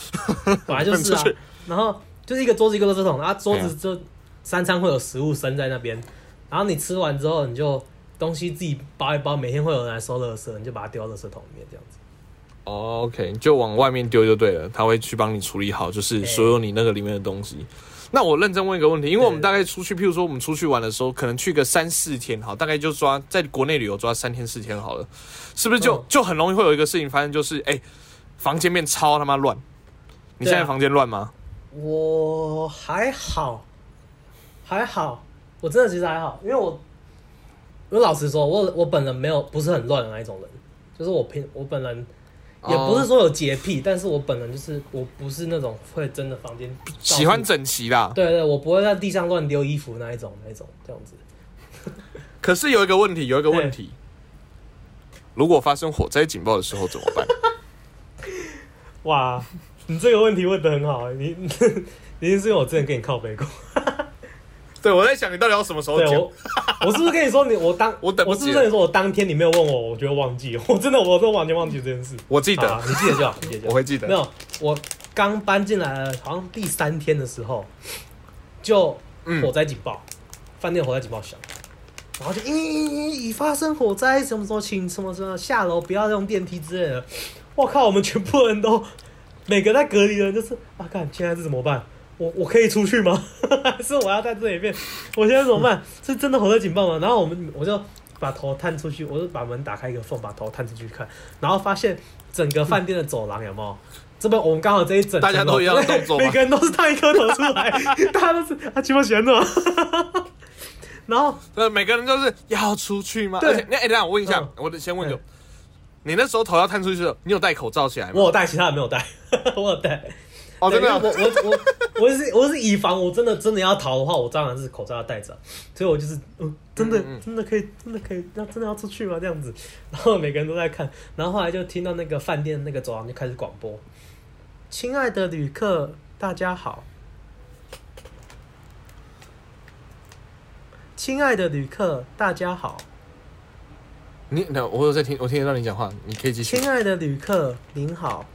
Speaker 2: 本来就是啊
Speaker 1: 出去。
Speaker 2: 然后就是一个桌子一个垃圾桶，然后桌
Speaker 1: 哎
Speaker 2: 子
Speaker 1: 呀
Speaker 2: 就三餐会有食物生在那边，然后你吃完之后你就东西自己包一包，每天会有人来收垃圾，你就把它丢到垃圾桶里面这样子。
Speaker 1: 哦 OK，你就往外面丢就对了，他会去帮你处理好，就是所有你那个里面的东西。那我认真问一个问题，因为我们大概出去，譬如说我们出去玩的时候，可能去个三四天，好，大概就抓在国内旅游抓三天四天好了，是不是就、
Speaker 2: 嗯
Speaker 1: 就很容易会有一个事情发生，就是哎、房间变超他妈乱。你
Speaker 2: 对啊
Speaker 1: 现在房间乱吗？
Speaker 2: 我还好，还好，我真的其实还好，因为我，我老实说，我我本人没有不是很乱的那一种人，就是我平我本人也
Speaker 1: 哦
Speaker 2: 不是说有洁癖，但是我本人就是我不是那种会真的房间到处
Speaker 1: 喜欢整齐啦。
Speaker 2: 对对，我不会在地上乱丢衣服那一种那一种这样子。
Speaker 1: 可是有一个问题，有一个问题，如果发生火灾警报的时候怎么办？
Speaker 2: 哇，你这个问题问的很好，你 你定是因为我之前跟你靠背过。
Speaker 1: 对 我在想，你到底要什么时候
Speaker 2: 对
Speaker 1: 讲
Speaker 2: 我？，我是不是跟你说你我当
Speaker 1: 我等不
Speaker 2: 我
Speaker 1: 及
Speaker 2: 是不是跟你说我当天你没有问我，我就忘记， 我真的我都完全忘记这件事。
Speaker 1: 我记
Speaker 2: 好啊
Speaker 1: 得，
Speaker 2: 你记得就好，你记得就好。
Speaker 1: 我会记得
Speaker 2: 没有，我刚搬进来了，好像第三天的时候，就
Speaker 1: 嗯
Speaker 2: 火灾警报，饭、店火灾警报响，然后就咦咦咦，已发生火灾，什么时候请什么什么下楼，不要用电梯之类的。我靠，我们全部人都每个在隔离的人就是啊，看现在是怎么办？我我可以出去吗？ 还是我要在这里面？我现在怎么办？是真的火灾警报吗？然后我们我就把头探出去，我就把门打开一个缝，把头探出去看，然后发现整个饭店的走廊有没有？这边我们刚好这一整
Speaker 1: 大
Speaker 2: 层楼，哦
Speaker 1: 家都一样的动作吗
Speaker 2: 每个人都是探一颗头 出来，大家都是啊，鸡巴闲的。 然后
Speaker 1: 呃，每个人都是要出去吗？
Speaker 2: 对
Speaker 1: 而且，那哎，等一下我问一下
Speaker 2: 嗯，
Speaker 1: 我得先问
Speaker 2: 嗯
Speaker 1: 你，你那时候头要探出去的时候，你有戴口罩起来
Speaker 2: 我
Speaker 1: 吗？
Speaker 2: 有带，其他人没有带， 我有带。
Speaker 1: 哦，
Speaker 2: 对
Speaker 1: 真的啊，
Speaker 2: 因为我我 我我是我是以防我真的真的要逃的话，我当然是口罩要戴着，啊所以我就是嗯，真的
Speaker 1: 嗯嗯
Speaker 2: 真的可以真的可以要真的要出去吗？这样子， 然后每个人都在看，然后后来就听到那个饭店那个走廊就开始广播：“亲爱的旅客，大家好。”亲爱的旅客，大家好。
Speaker 1: 你那我有在听，我听得到你讲话，你可以继续。
Speaker 2: 亲爱的旅客，您好。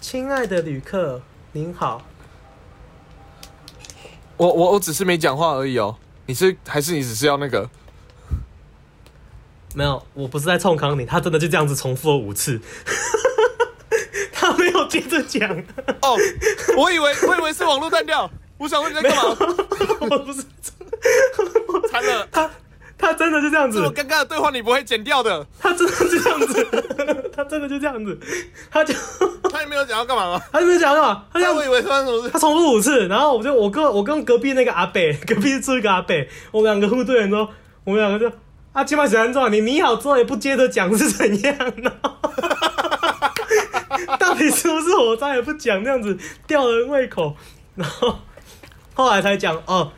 Speaker 2: 亲爱的旅客，您好。
Speaker 1: 我我我只是没讲话而已哦。你是还是你只是要那个？
Speaker 2: 没有，我不是在冲康你，他真的就这样子重复了五次， 他没有接着讲，
Speaker 1: 哦，我以为我以为是网络断掉，我想问你在干嘛？
Speaker 2: 我不是
Speaker 1: 惨了，
Speaker 2: 他，他真的就这样
Speaker 1: 这
Speaker 2: 子
Speaker 1: 么，尴尬的对话你不会剪掉的。
Speaker 2: 他真的就这样子， 他真的就这样子，他就
Speaker 1: 他也没有讲要干嘛吗？
Speaker 2: 他没有讲嘛，他这
Speaker 1: 那
Speaker 2: 样
Speaker 1: 我以为发生什么事
Speaker 2: 他？重复五次，然后我就我跟我跟隔壁那个阿北，隔壁住一个阿北，我们两个互对眼之后，我们两个就啊，起码喜欢撞你，你好之后也不接着讲是怎样 呢？到底是不是火灾也不讲，这样子吊人胃口，然后后来才讲哦。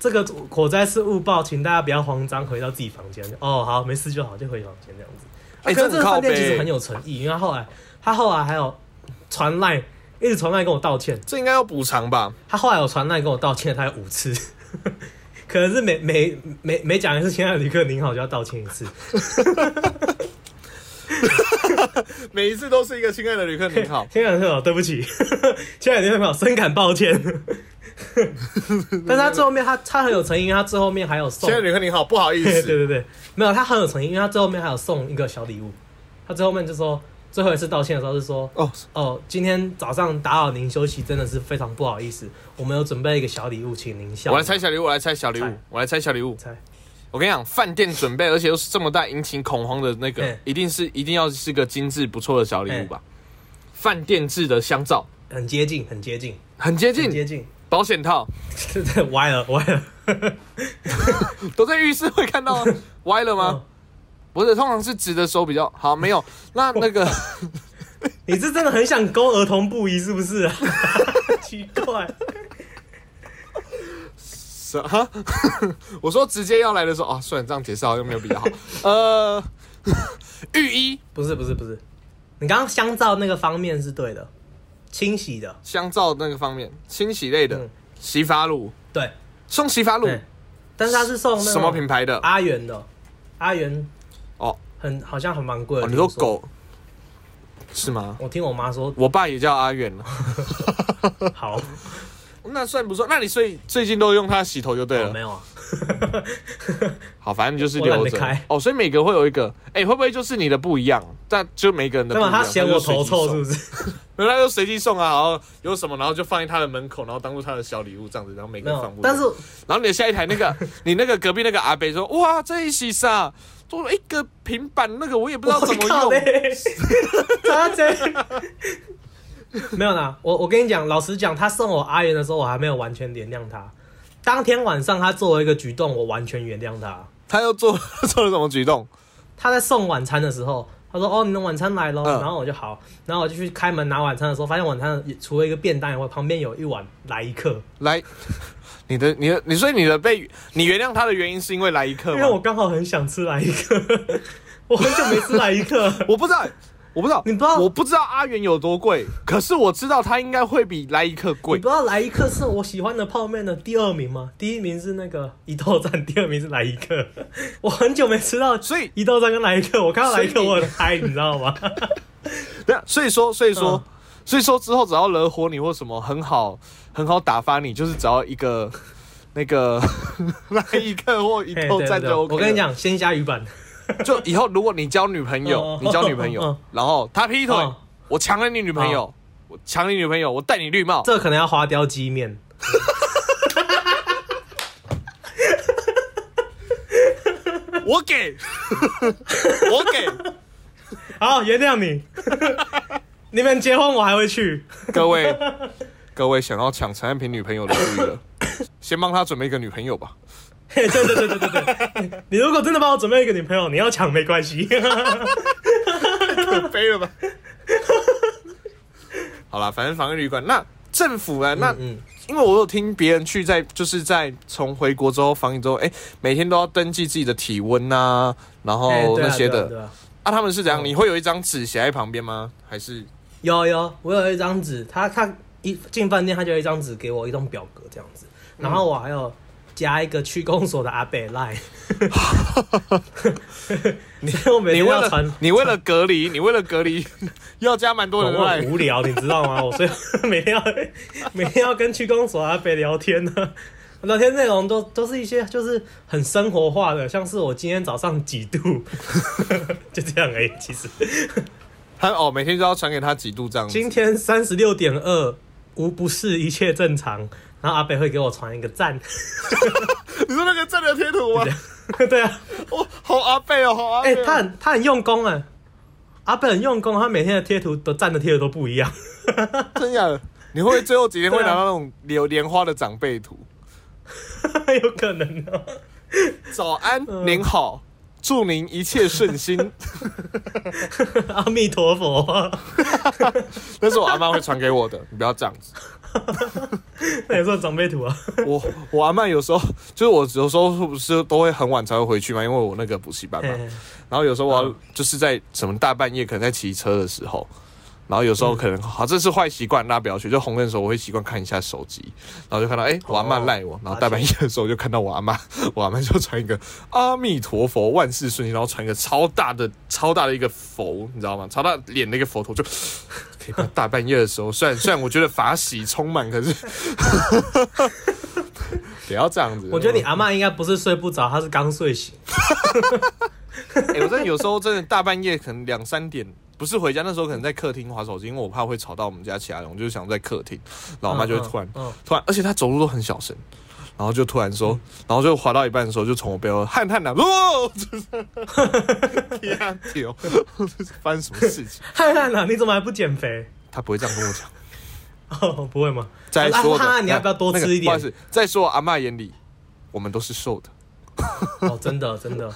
Speaker 2: 这个火灾是误报，请大家不要慌张，回到自己房间。哦，好，没事就好，就回房间这样子。
Speaker 1: 哎
Speaker 2: 可是这
Speaker 1: 这很
Speaker 2: 个
Speaker 1: 靠
Speaker 2: 饭店
Speaker 1: 北
Speaker 2: 其实很有诚意，因为他后来他后来还有传赖，一直传赖跟我道歉，
Speaker 1: 这应该要补偿吧？
Speaker 2: 他后来有传赖跟我道歉，他有五次， 可能是每每每每讲一次“亲爱的旅客您好”就要道歉一次。，
Speaker 1: 每一次都是一个亲爱的旅客您好
Speaker 2: 亲爱的旅客，对不起，亲爱的旅客，深感抱歉。 但是他最后面他他很有诚意，因为他最后面还有送
Speaker 1: 亲爱的旅客您好，不好意
Speaker 2: 对
Speaker 1: 思，
Speaker 2: 对对对，没有，他很有诚意，因为他最后面还有送一个小礼物。他最后面就说，最后一次道歉的时候是说，
Speaker 1: 哦，
Speaker 2: 哦，今天早上打扰您休息，真的是非常不好意思，我们有准备一个小礼物，请您笑。
Speaker 1: 我来猜小礼物，我来猜小礼物
Speaker 2: 猜，
Speaker 1: 我来猜小礼物。
Speaker 2: 猜，
Speaker 1: 我跟你讲，饭店准备，而且又是这么大引起恐慌的那个
Speaker 2: 嗯，
Speaker 1: 一定是一定要是个精致不错的小礼物
Speaker 2: 嗯
Speaker 1: 吧？饭店制的香皂，
Speaker 2: 很接近，很接近，
Speaker 1: 很接
Speaker 2: 很接
Speaker 1: 近，
Speaker 2: 近。
Speaker 1: 保险套
Speaker 2: 对对，歪了歪 了。
Speaker 1: 都在浴室会看 到啊，歪了
Speaker 2: 哦
Speaker 1: 吗？不是，通常是直的手比较好，没 有。那那个
Speaker 2: 你是真的很想勾儿童不宜是不是、 啊？奇怪，
Speaker 1: 什哈， 我说直接要来的时候啊，算了，这样解释好像没有比较好。呃， 浴衣、
Speaker 2: 不是不是不是，你刚刚香皂那个方面是对的，清洗的，
Speaker 1: 香皂那个方面，清洗类的
Speaker 2: 嗯，
Speaker 1: 洗发露，
Speaker 2: 对
Speaker 1: 送洗发露
Speaker 2: 对，但是它是送那
Speaker 1: 什么品
Speaker 2: 牌？
Speaker 1: 牌的？
Speaker 2: 阿元的，阿元
Speaker 1: 哦，
Speaker 2: 很好像很蛮贵的。
Speaker 1: 哦你说
Speaker 2: 听
Speaker 1: 狗是吗？
Speaker 2: 我听我妈说
Speaker 1: 我爸也叫阿远了，
Speaker 2: 好，
Speaker 1: 那算不错。那你最最近都用它洗头就对
Speaker 2: 我
Speaker 1: 了。
Speaker 2: 没 有啊，
Speaker 1: 好，反正就是
Speaker 2: 我懒
Speaker 1: 留
Speaker 2: 得
Speaker 1: 着
Speaker 2: 开。
Speaker 1: 哦，所以每个会有一个，哎，会不会就是你的不一样？但就每个人的
Speaker 2: 干
Speaker 1: 不一
Speaker 2: 嘛
Speaker 1: 样。
Speaker 2: 她嫌我头臭是
Speaker 1: 是？
Speaker 2: 不是？
Speaker 1: 没有，他就随机送啊，然后有什么，然后就放在他的门口，然后当做他的小礼物这样子，然后每个
Speaker 2: 没
Speaker 1: 人放
Speaker 2: 有
Speaker 1: 不一，样。
Speaker 2: 但是
Speaker 1: 然后你的下一台那个，你那个隔壁那个阿北说，哇，这一起啥？多啊了一个平板，那个我也不知道
Speaker 2: 我
Speaker 1: 怎么
Speaker 2: 靠
Speaker 1: 用。
Speaker 2: 嘞，他这没有啦。我我跟你讲，老实讲，他送我阿元的时候，我还没有完全原谅他。当天晚上他做了一个举动，我完全原谅他。
Speaker 1: 他又做 做了什么举动？
Speaker 2: 他在送晚餐的时候，他说：“哦，你的晚餐来喽。
Speaker 1: 嗯
Speaker 2: 然后我就好，然后我就去开门拿晚餐的时候，发现晚餐除了一个便当以外，旁边有一碗来一客。
Speaker 1: 来， 你的你的你，所以你的被你原谅他的原因是因为来一刻
Speaker 2: 因
Speaker 1: 吗？
Speaker 2: 为我刚好很想吃来一客，我很久没吃来一客。
Speaker 1: 我不知道，我不知道，
Speaker 2: 你不知道
Speaker 1: 我不知道阿元有多贵，可是我知道他应该会比来一克
Speaker 2: 你
Speaker 1: 贵。
Speaker 2: 不知道来一客是我喜欢的泡面的第二名吗？第一名是那个伊豆站，第二名是来一客。 我很久没吃到，
Speaker 1: 所以
Speaker 2: 伊豆站跟来一客，我看到来一
Speaker 1: 所
Speaker 2: 客
Speaker 1: 以你
Speaker 2: 我很嗨，你知 道吗？
Speaker 1: 对啊，所以说，所以说，
Speaker 2: 嗯
Speaker 1: 所以说之后只要惹火你或什么，很好，很好打发你，就是只要一个那个 来一克或一
Speaker 2: 嘿
Speaker 1: 头
Speaker 2: 对
Speaker 1: 战
Speaker 2: 对
Speaker 1: 就 OK。
Speaker 2: 我跟你，讲，鲜虾鱼版，
Speaker 1: 就以后如果你交女朋友
Speaker 2: 嗯，
Speaker 1: 你交女朋友
Speaker 2: 嗯，
Speaker 1: 然后他劈腿
Speaker 2: 嗯，
Speaker 1: 我强了你女朋友，我强了你女朋友，我戴你绿帽，
Speaker 2: 这可能要花雕鸡面。
Speaker 1: 我给， 我给。
Speaker 2: 好，原谅你。 你们结婚我还会去，
Speaker 1: 各位，各位想要抢陈汉平女朋友的注意了，先帮他准备一个女朋友 吧。
Speaker 2: 嘿对对对对对对。你如果真的帮我准备一个女朋友，你要抢没关 系。
Speaker 1: 可悲了吧？ 好啦，反正防疫旅馆，那政府啊，那、
Speaker 2: 嗯，
Speaker 1: 因为我有听别人去在，就是在从回国之后防疫之后，哎、每天都要登记自己的体温呐、然后
Speaker 2: 嘿对啊
Speaker 1: 哦那些
Speaker 2: 对啊
Speaker 1: 的。
Speaker 2: 对啊
Speaker 1: 啊，他们是怎样？
Speaker 2: 嗯
Speaker 1: 你会有一张纸写在旁边吗？还是
Speaker 2: 有有，我有一张纸，他他一进饭店，他就有一张纸给我一张表格这样子，
Speaker 1: 嗯
Speaker 2: 然后我还有加一个区公所的阿北赖，所以我每
Speaker 1: 你
Speaker 2: 天
Speaker 1: 为
Speaker 2: 要传
Speaker 1: 了，你为了隔离，你为了隔离 要加蛮多人
Speaker 2: 我很
Speaker 1: 来？
Speaker 2: 无聊，你知道吗？我所以每天要 每天要跟区公所阿北聊天呢、聊天内容都都是一些就是很生活化的，像是我今天早上几度， 就这样而已。其实
Speaker 1: 他哦，每天都要传给他几度这样子。
Speaker 2: 今天三十六点二，无不是一切正常。然后阿北会给我传一个赞，
Speaker 1: 你说那个战略贴图吗？
Speaker 2: 对啊，
Speaker 1: 哦， 好阿贝哦，好阿
Speaker 2: 哎、
Speaker 1: 贝、哦。
Speaker 2: 他很他很用功啊，阿贝很用功，他每天的贴图都站的贴图都不一样。
Speaker 1: 真假的？你会不会最后几天会
Speaker 2: 对
Speaker 1: 拿
Speaker 2: 啊
Speaker 1: 到那种榴莲花的长辈 图？
Speaker 2: 有可能哦、
Speaker 1: 早安，
Speaker 2: 嗯
Speaker 1: 您好，祝您一切顺 心。
Speaker 2: 阿弥陀佛、
Speaker 1: 那是我阿妈会传给我的，你不要这样子。
Speaker 2: 那也算长辈图啊。
Speaker 1: 我我阿妈有时候就是我有时候是不是都会很晚才会回去嘛，因为我那个补习班嘛。
Speaker 2: 嘿
Speaker 1: 然后有时候我
Speaker 2: 嗯
Speaker 1: 要就是在什么大半夜，可能在骑车的时候，然后有时
Speaker 2: 嗯
Speaker 1: 候可能好，这是坏习惯，大家不要学。就红灯的时候，我会习惯看一下手机，然后就看到哎、
Speaker 2: 哦
Speaker 1: 我阿妈赖我，然后大半夜的时候就看到我阿妈， 我阿妈就传一个阿弥陀佛，万事顺心，然后传一个超大的超大的一个佛，你知道吗？超大脸的一个佛头，就可以看到大半夜的时候，虽然虽然我觉得法喜充满，可是 不要这样子。
Speaker 2: 我觉得你阿妈应该不是睡不着，她是刚睡醒。
Speaker 1: 哎、我真的有时候真的大半夜，可能两三点，不是回家，那时候可能在客厅划手机，因为我怕会吵到我们家其他人，我就想在客厅，然后我妈就会突然、
Speaker 2: 嗯嗯嗯
Speaker 1: 突然，而且她走路都很小声，然后就突然说，然后就滑到一半的时候，就从我背后汗汗呐，哦， 天啊，天 哦，发生什么事情？
Speaker 2: 汉汉啊，你怎么还不减肥？
Speaker 1: 她不会这样跟我讲。
Speaker 2: 哦，不会吗？
Speaker 1: 在
Speaker 2: 啊
Speaker 1: 说我的
Speaker 2: 汉汉，你要不要多
Speaker 1: 那个
Speaker 2: 吃一
Speaker 1: 不
Speaker 2: 点
Speaker 1: 好意？思，在说我阿嬷眼里，我们都是瘦的。
Speaker 2: 哦，真的真的，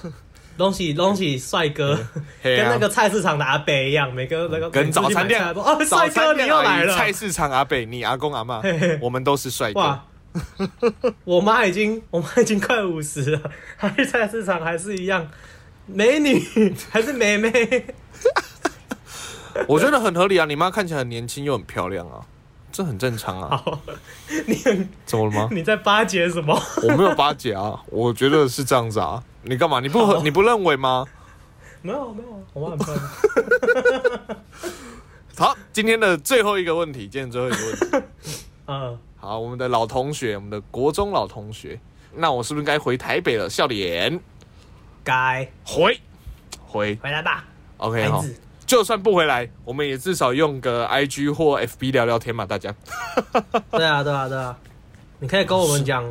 Speaker 2: 东西东西帅哥，
Speaker 1: 嘿
Speaker 2: 跟
Speaker 1: 啊
Speaker 2: 那个菜市场的阿北一样，每个那个
Speaker 1: 跟早餐店
Speaker 2: 每次去买菜都哦，
Speaker 1: 早
Speaker 2: 帅哥
Speaker 1: 餐
Speaker 2: 你
Speaker 1: 店
Speaker 2: 又
Speaker 1: 阿
Speaker 2: 来
Speaker 1: 姨、
Speaker 2: 了，
Speaker 1: 菜市场阿伯、你阿公阿嬷，
Speaker 2: 嘿
Speaker 1: 我们都是帅哥。
Speaker 2: 哇， 我妈已经我妈已经快五十了，还去菜市场还是一样美女，还是妹妹。
Speaker 1: 我觉得很合理啊，你妈看起来很年轻又很漂亮啊，这很正常啊，
Speaker 2: 好，你很
Speaker 1: 怎么了吗？
Speaker 2: 你在巴结什么？
Speaker 1: 我没有巴结啊，我觉得是这样子啊，你干嘛？你不合你不认为吗？
Speaker 2: 没有没有，我妈很漂亮。
Speaker 1: 好，今天的最后一个问题，今天最后一个问题，
Speaker 2: 嗯，
Speaker 1: 好，我们的老同学，我们的国中老同学，那我是不是该回台北了？笑脸，
Speaker 2: 该
Speaker 1: 回，回
Speaker 2: 回来吧，
Speaker 1: ，OK
Speaker 2: 孩
Speaker 1: 好，
Speaker 2: 子。
Speaker 1: 就算不回来，我们也至少用个 IG 或 FB 聊聊天嘛，大家。
Speaker 2: 对啊对啊对啊，你可以跟我们讲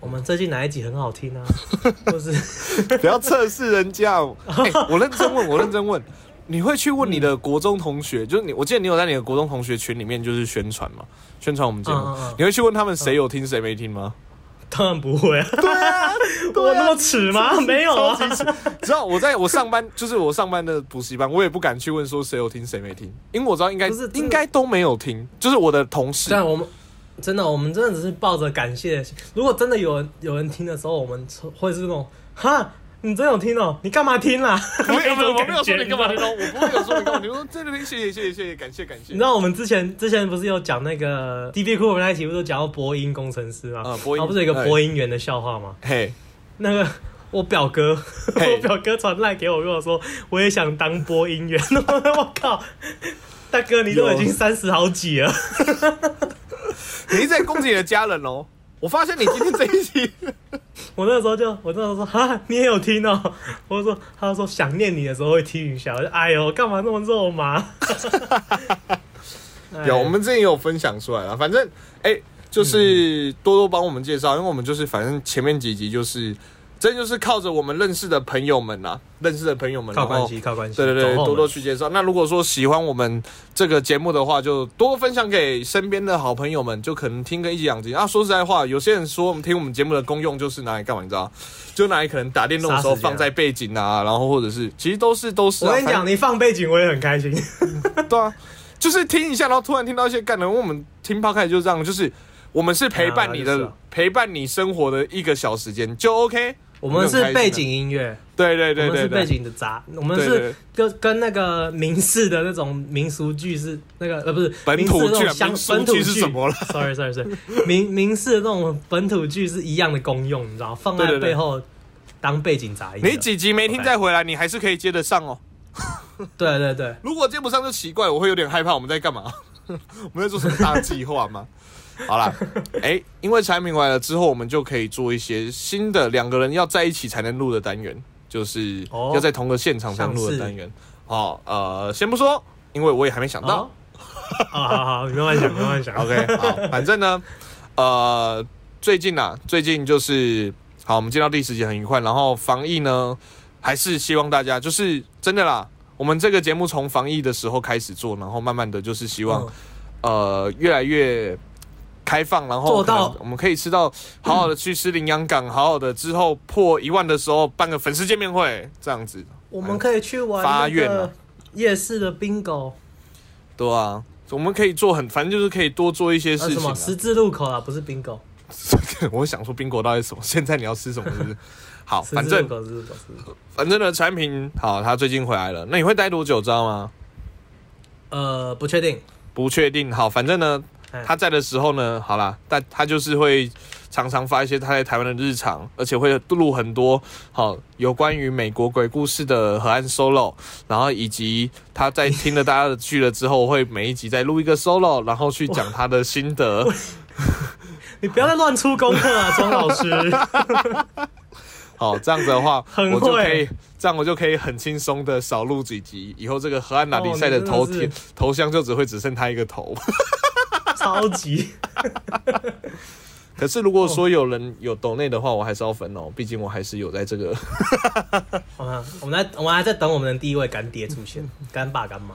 Speaker 2: 我们最近哪一集很好听啊？ 或是
Speaker 1: 不要测试人 家。哎、我认真问，我认真问，你会去问你的国中同学？就是你，我记得你有在你的国中同学群里面就是宣传嘛，宣传我们节目，
Speaker 2: 嗯嗯嗯
Speaker 1: 你会去问他们谁有听谁没听 吗？
Speaker 2: 当然不会啊，
Speaker 1: 对啊，
Speaker 2: 我那么耻吗？没有啊，
Speaker 1: 超级耻知道我在我上班，就是我上班的补习班，我也不敢去问说谁有听谁没听，因为我知道应该
Speaker 2: 不是这个
Speaker 1: 应该都没有听，就是我的同事。
Speaker 2: 但我们真的，我们真的只是抱着感谢的心。如果真的有人有人听的时候，我们会是那种哈，你真有听哦，你干嘛听啦？
Speaker 1: 我 没有，
Speaker 2: 那种
Speaker 1: 我没有
Speaker 2: 感觉
Speaker 1: 说你干嘛听
Speaker 2: 知道
Speaker 1: 哦，我不会有说你干嘛听哦，我说在这边谢谢谢谢谢谢，感谢感谢
Speaker 2: 你知。道我们之前之前不是有讲那个 D B 库我们那一期不是有讲到播音工程师吗？
Speaker 1: 啊播音
Speaker 2: 然后不是有一个
Speaker 1: 哎
Speaker 2: 播音员的笑话吗？
Speaker 1: 嘿，
Speaker 2: 那个我表哥，
Speaker 1: 嘿
Speaker 2: 我表哥传赖给我，跟我说我也想当播音员。 我靠，大哥你都已经
Speaker 1: 有
Speaker 2: 三十好几了，
Speaker 1: 你一直在攻击你的家人哦。我发现你今天这一期，
Speaker 2: 我那时候就我那时候说哈你也有听哦、我就说他说想念你的时候会听一下，我就哎呦干嘛那么肉 麻？哎
Speaker 1: 有我们之前也有分享出来了，反正哎、就是多多帮我们介绍，因为我们就是反正前面几集就是。真就是靠着我们认识的朋友们啦、认识的朋友们，
Speaker 2: 哎靠关
Speaker 1: 然后
Speaker 2: 系靠关系，
Speaker 1: 对对
Speaker 2: 走
Speaker 1: 对，
Speaker 2: 后门
Speaker 1: 多多去介绍。那如果说喜欢我们这个节目的话，就多分享给身边的好朋友们，就可能听个一集两集。啊，说实在话，有些人说我们听我们节目的功用就是拿来干嘛？你知道？就拿来可能打电动的时候
Speaker 2: 杀时间啊
Speaker 1: 放在背景啊，然后或者是其实都是都是、啊。
Speaker 2: 我跟你讲，你放背景我也很开心。
Speaker 1: 反正，对啊，就是听一下，然后突然听到一些干的，因为我们听 p 开始就这样，就是我们是陪伴你的、
Speaker 2: 啊就是啊
Speaker 1: 陪伴你生活的一个小时间就 OK。
Speaker 2: 我们
Speaker 1: 很
Speaker 2: 是
Speaker 1: 开心啊
Speaker 2: 背景，音乐，
Speaker 1: 对对
Speaker 2: 我
Speaker 1: 对
Speaker 2: 们
Speaker 1: 对
Speaker 2: 是
Speaker 1: 对
Speaker 2: 背景的杂，我们
Speaker 1: 对对
Speaker 2: 是跟跟那个民视的那种民俗剧是那个呃不是
Speaker 1: 本土
Speaker 2: 民视
Speaker 1: 剧
Speaker 2: 那
Speaker 1: 啊
Speaker 2: 种乡
Speaker 1: 民俗
Speaker 2: 本土
Speaker 1: 剧是什么了
Speaker 2: ？Sorry Sorry Sorry，民民视的那种本土剧是一样的功用，你知道，放
Speaker 1: 对
Speaker 2: 在
Speaker 1: 对对
Speaker 2: 背后当背景杂音的。
Speaker 1: 你几集没听
Speaker 2: OK
Speaker 1: 再回来，你还是可以接得上哦。
Speaker 2: 对对对，
Speaker 1: 如果接不上就奇怪，我会有点害怕我们在干嘛？ 我们在做什么大计划吗？ 好啦，哎、因为产品完了之后，我们就可以做一些新的两个人要在一起才能录的单元，就是
Speaker 2: 哦
Speaker 1: 要在同个现场才能录的单元。哦，呃，先不说，因为我也还没想到。
Speaker 2: 好，哦啊好好好，你慢慢想，慢慢想。
Speaker 1: OK，好， 反正呢，呃，最近啊，最近就是好，我们见到第十集很愉快。然后防疫呢，还是希望大家就是真的啦，我们这个节目从防疫的时候开始做，然后慢慢的就是希
Speaker 2: 嗯
Speaker 1: 望、呃越来越开放，然后
Speaker 2: 做到
Speaker 1: 可能我们可以吃到好好的去吃羚羊港，好好的之后破一万的时候办个粉丝见面会，这样子，
Speaker 2: 我们可以去玩
Speaker 1: 发
Speaker 2: 那
Speaker 1: 愿啊
Speaker 2: 个
Speaker 1: 了
Speaker 2: 夜市的 bingo，
Speaker 1: 对啊。我们可以做很，反正就是可以多做一些
Speaker 2: 呃
Speaker 1: 事
Speaker 2: 什
Speaker 1: 情、
Speaker 2: 么
Speaker 1: 啊。
Speaker 2: 十字路口啊，不是 bingo，
Speaker 1: 我想说冰果到底是什么？现在你要吃什么？是不是？好，
Speaker 2: 十
Speaker 1: 反
Speaker 2: 字
Speaker 1: 正
Speaker 2: 路口，十字路口，十字路口。
Speaker 1: 反正呢，产品好，他最近回来了。那你会待多久？知道吗？
Speaker 2: 呃，不确定，
Speaker 1: 不确定。好，反正呢
Speaker 2: 哎，
Speaker 1: 他在的时候呢，好啦，但他就是会常常发一些他在台湾的日常，而且会录很多好有关于美国鬼故事的河岸 solo，然后以及他在听了大家的剧了之后，会每一集再录一个 solo，然后去讲他的心得。
Speaker 2: 你不要再乱出功课 啊，庄老师。
Speaker 1: 好，这样子的话，
Speaker 2: 很
Speaker 1: 我就
Speaker 2: 会
Speaker 1: 可以，这样我就可以很轻松的少录几集，以后这个河岸打比赛的头
Speaker 2: 哦你真
Speaker 1: 贴、
Speaker 2: 的
Speaker 1: 头像就只会只剩他一个头。
Speaker 2: 超级，
Speaker 1: 可是如果说有人有抖内的话，我还是要分哦，毕竟我还是有在这个。
Speaker 2: 我们我们在我们还在等我们的第一位干爹出现，干爸干妈。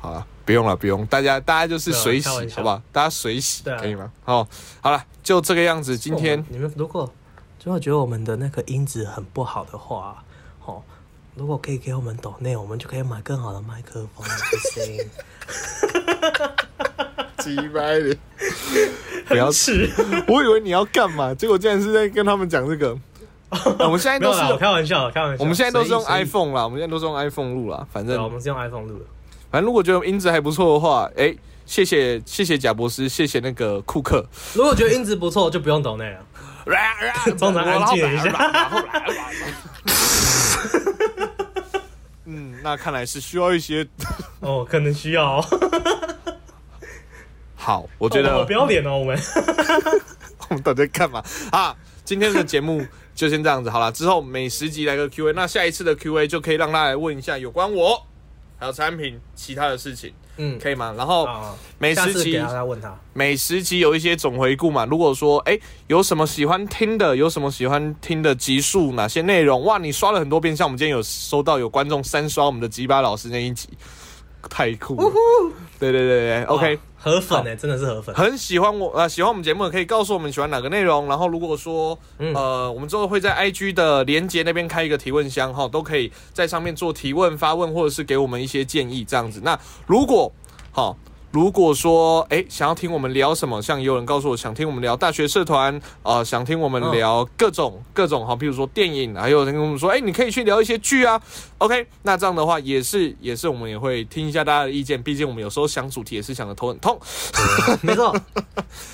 Speaker 1: 好了，不用了，不用，大家大家就是
Speaker 2: 对啊
Speaker 1: 水
Speaker 2: 开玩
Speaker 1: 洗，
Speaker 2: 笑
Speaker 1: 好不好？大家水洗
Speaker 2: 对啊
Speaker 1: 可以吗？好，好了，就这个样子。今天
Speaker 2: 哦你们如果如果觉得我们的那个音质很不好的话，哦，如果可以给我们抖内，我们就可以买更好的麦克风。谢谢
Speaker 1: 击败你， 不要，
Speaker 2: 是，
Speaker 1: 我以为你要干嘛，结果竟然是在跟他们讲这个。 啊我们现在
Speaker 2: 没有
Speaker 1: 都是
Speaker 2: 啦，我
Speaker 1: 用，
Speaker 2: 开玩笑的，开玩笑。
Speaker 1: 我们现在都是用
Speaker 2: 随意随意
Speaker 1: iPhone 啦，我们现在都是用 iPhone 录啦，反
Speaker 2: 对
Speaker 1: 正
Speaker 2: 啊，我们是用 iPhone 录的。
Speaker 1: 反正如果觉得音质还不错的话，哎、谢谢谢谢贾博士，谢谢那个库克。
Speaker 2: 如果觉得音质不错，就不用抖内了。
Speaker 1: 通
Speaker 2: 常安静一下。
Speaker 1: 嗯，那看来是需要一些。
Speaker 2: 哦，可能需要、哦。
Speaker 1: 好，我 觉
Speaker 2: 我
Speaker 1: 得
Speaker 2: 不要脸哦，我们。
Speaker 1: 我们到底在干嘛啊？今天的节目就先这样子好了，之后每十集来个 Q&A，那下一次的 Q&A 就可以让大家来问一下有关我还有产品其他的事情。
Speaker 2: 嗯，
Speaker 1: 可以吗？然后
Speaker 2: 啊，
Speaker 1: 每
Speaker 2: 下
Speaker 1: 十
Speaker 2: 次给
Speaker 1: 集
Speaker 2: 他他问他，
Speaker 1: 每十集有一些总回顾嘛。如果说哎、诶有什么喜欢听的，有什么喜欢听的集数，哪些内容哇，你刷了很多遍，像我们今天有收到有观众三刷我们的吉巴老师那一集，太酷了！对对对对，OK
Speaker 2: 哇。河粉哎，真的是 河粉，
Speaker 1: 很喜欢我呃，喜欢我们节目的可以告诉我们喜欢哪个内容。然后如果说、呃，我们之后会在 IG 的连接那边开一个提问箱哈，都可以在上面做提问、发问，或者是给我们一些建议这样子。那如果好。如果说哎、诶想要听我们聊什么，像也有人告诉我想听我们聊大学社团，呃，想听我们
Speaker 2: 嗯
Speaker 1: 聊各种、各种哈，比如说电影，还有人跟我们说，哎、你可以去聊一些剧啊。OK，那这样的话也是也是我们也会听一下大家的意见，毕竟我们有时候想主题也是想的头很痛。
Speaker 2: 没错，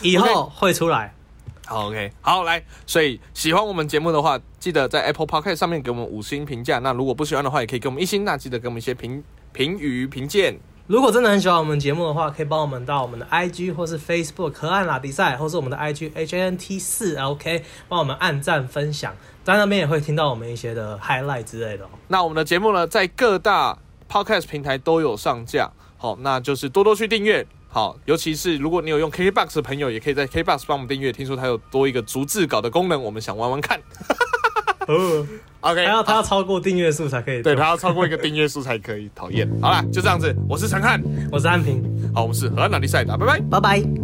Speaker 2: 以后会出来，
Speaker 1: 好，OK，好，来，所以喜欢我们节目的话，记得在 Apple Podcast 上面给我们五星评价。那如果不喜欢的话，也可以给我们一星，那记得给我们一些评评语、评鉴。
Speaker 2: 如果真的很喜欢我们节目的话，可以帮我们到我们的 IG 或是 Facebook 河岸拉比赛，或是我们的 IG HNT 四 LK，帮我们按赞分享，在那边也会听到我们一些的 highlight 之类的哦。
Speaker 1: 那我们的节目呢，在各大 Podcast 平台都有上架。好，那就是多多去订阅。好，尤其是如果你有用 KKBox 的朋友，也可以在 KKBox 帮我们订阅。听说它有多一个逐字稿的功能，我们想玩玩看。
Speaker 2: 哦，
Speaker 1: OK，
Speaker 2: 还要它要超过订阅数才可以。
Speaker 1: 对，它要超过一个订阅数才可以。讨厌。好啦，就这样子。我是陈汉，
Speaker 2: 我是安平，
Speaker 1: 好，我们是河南比赛的，拜拜。
Speaker 2: 拜拜。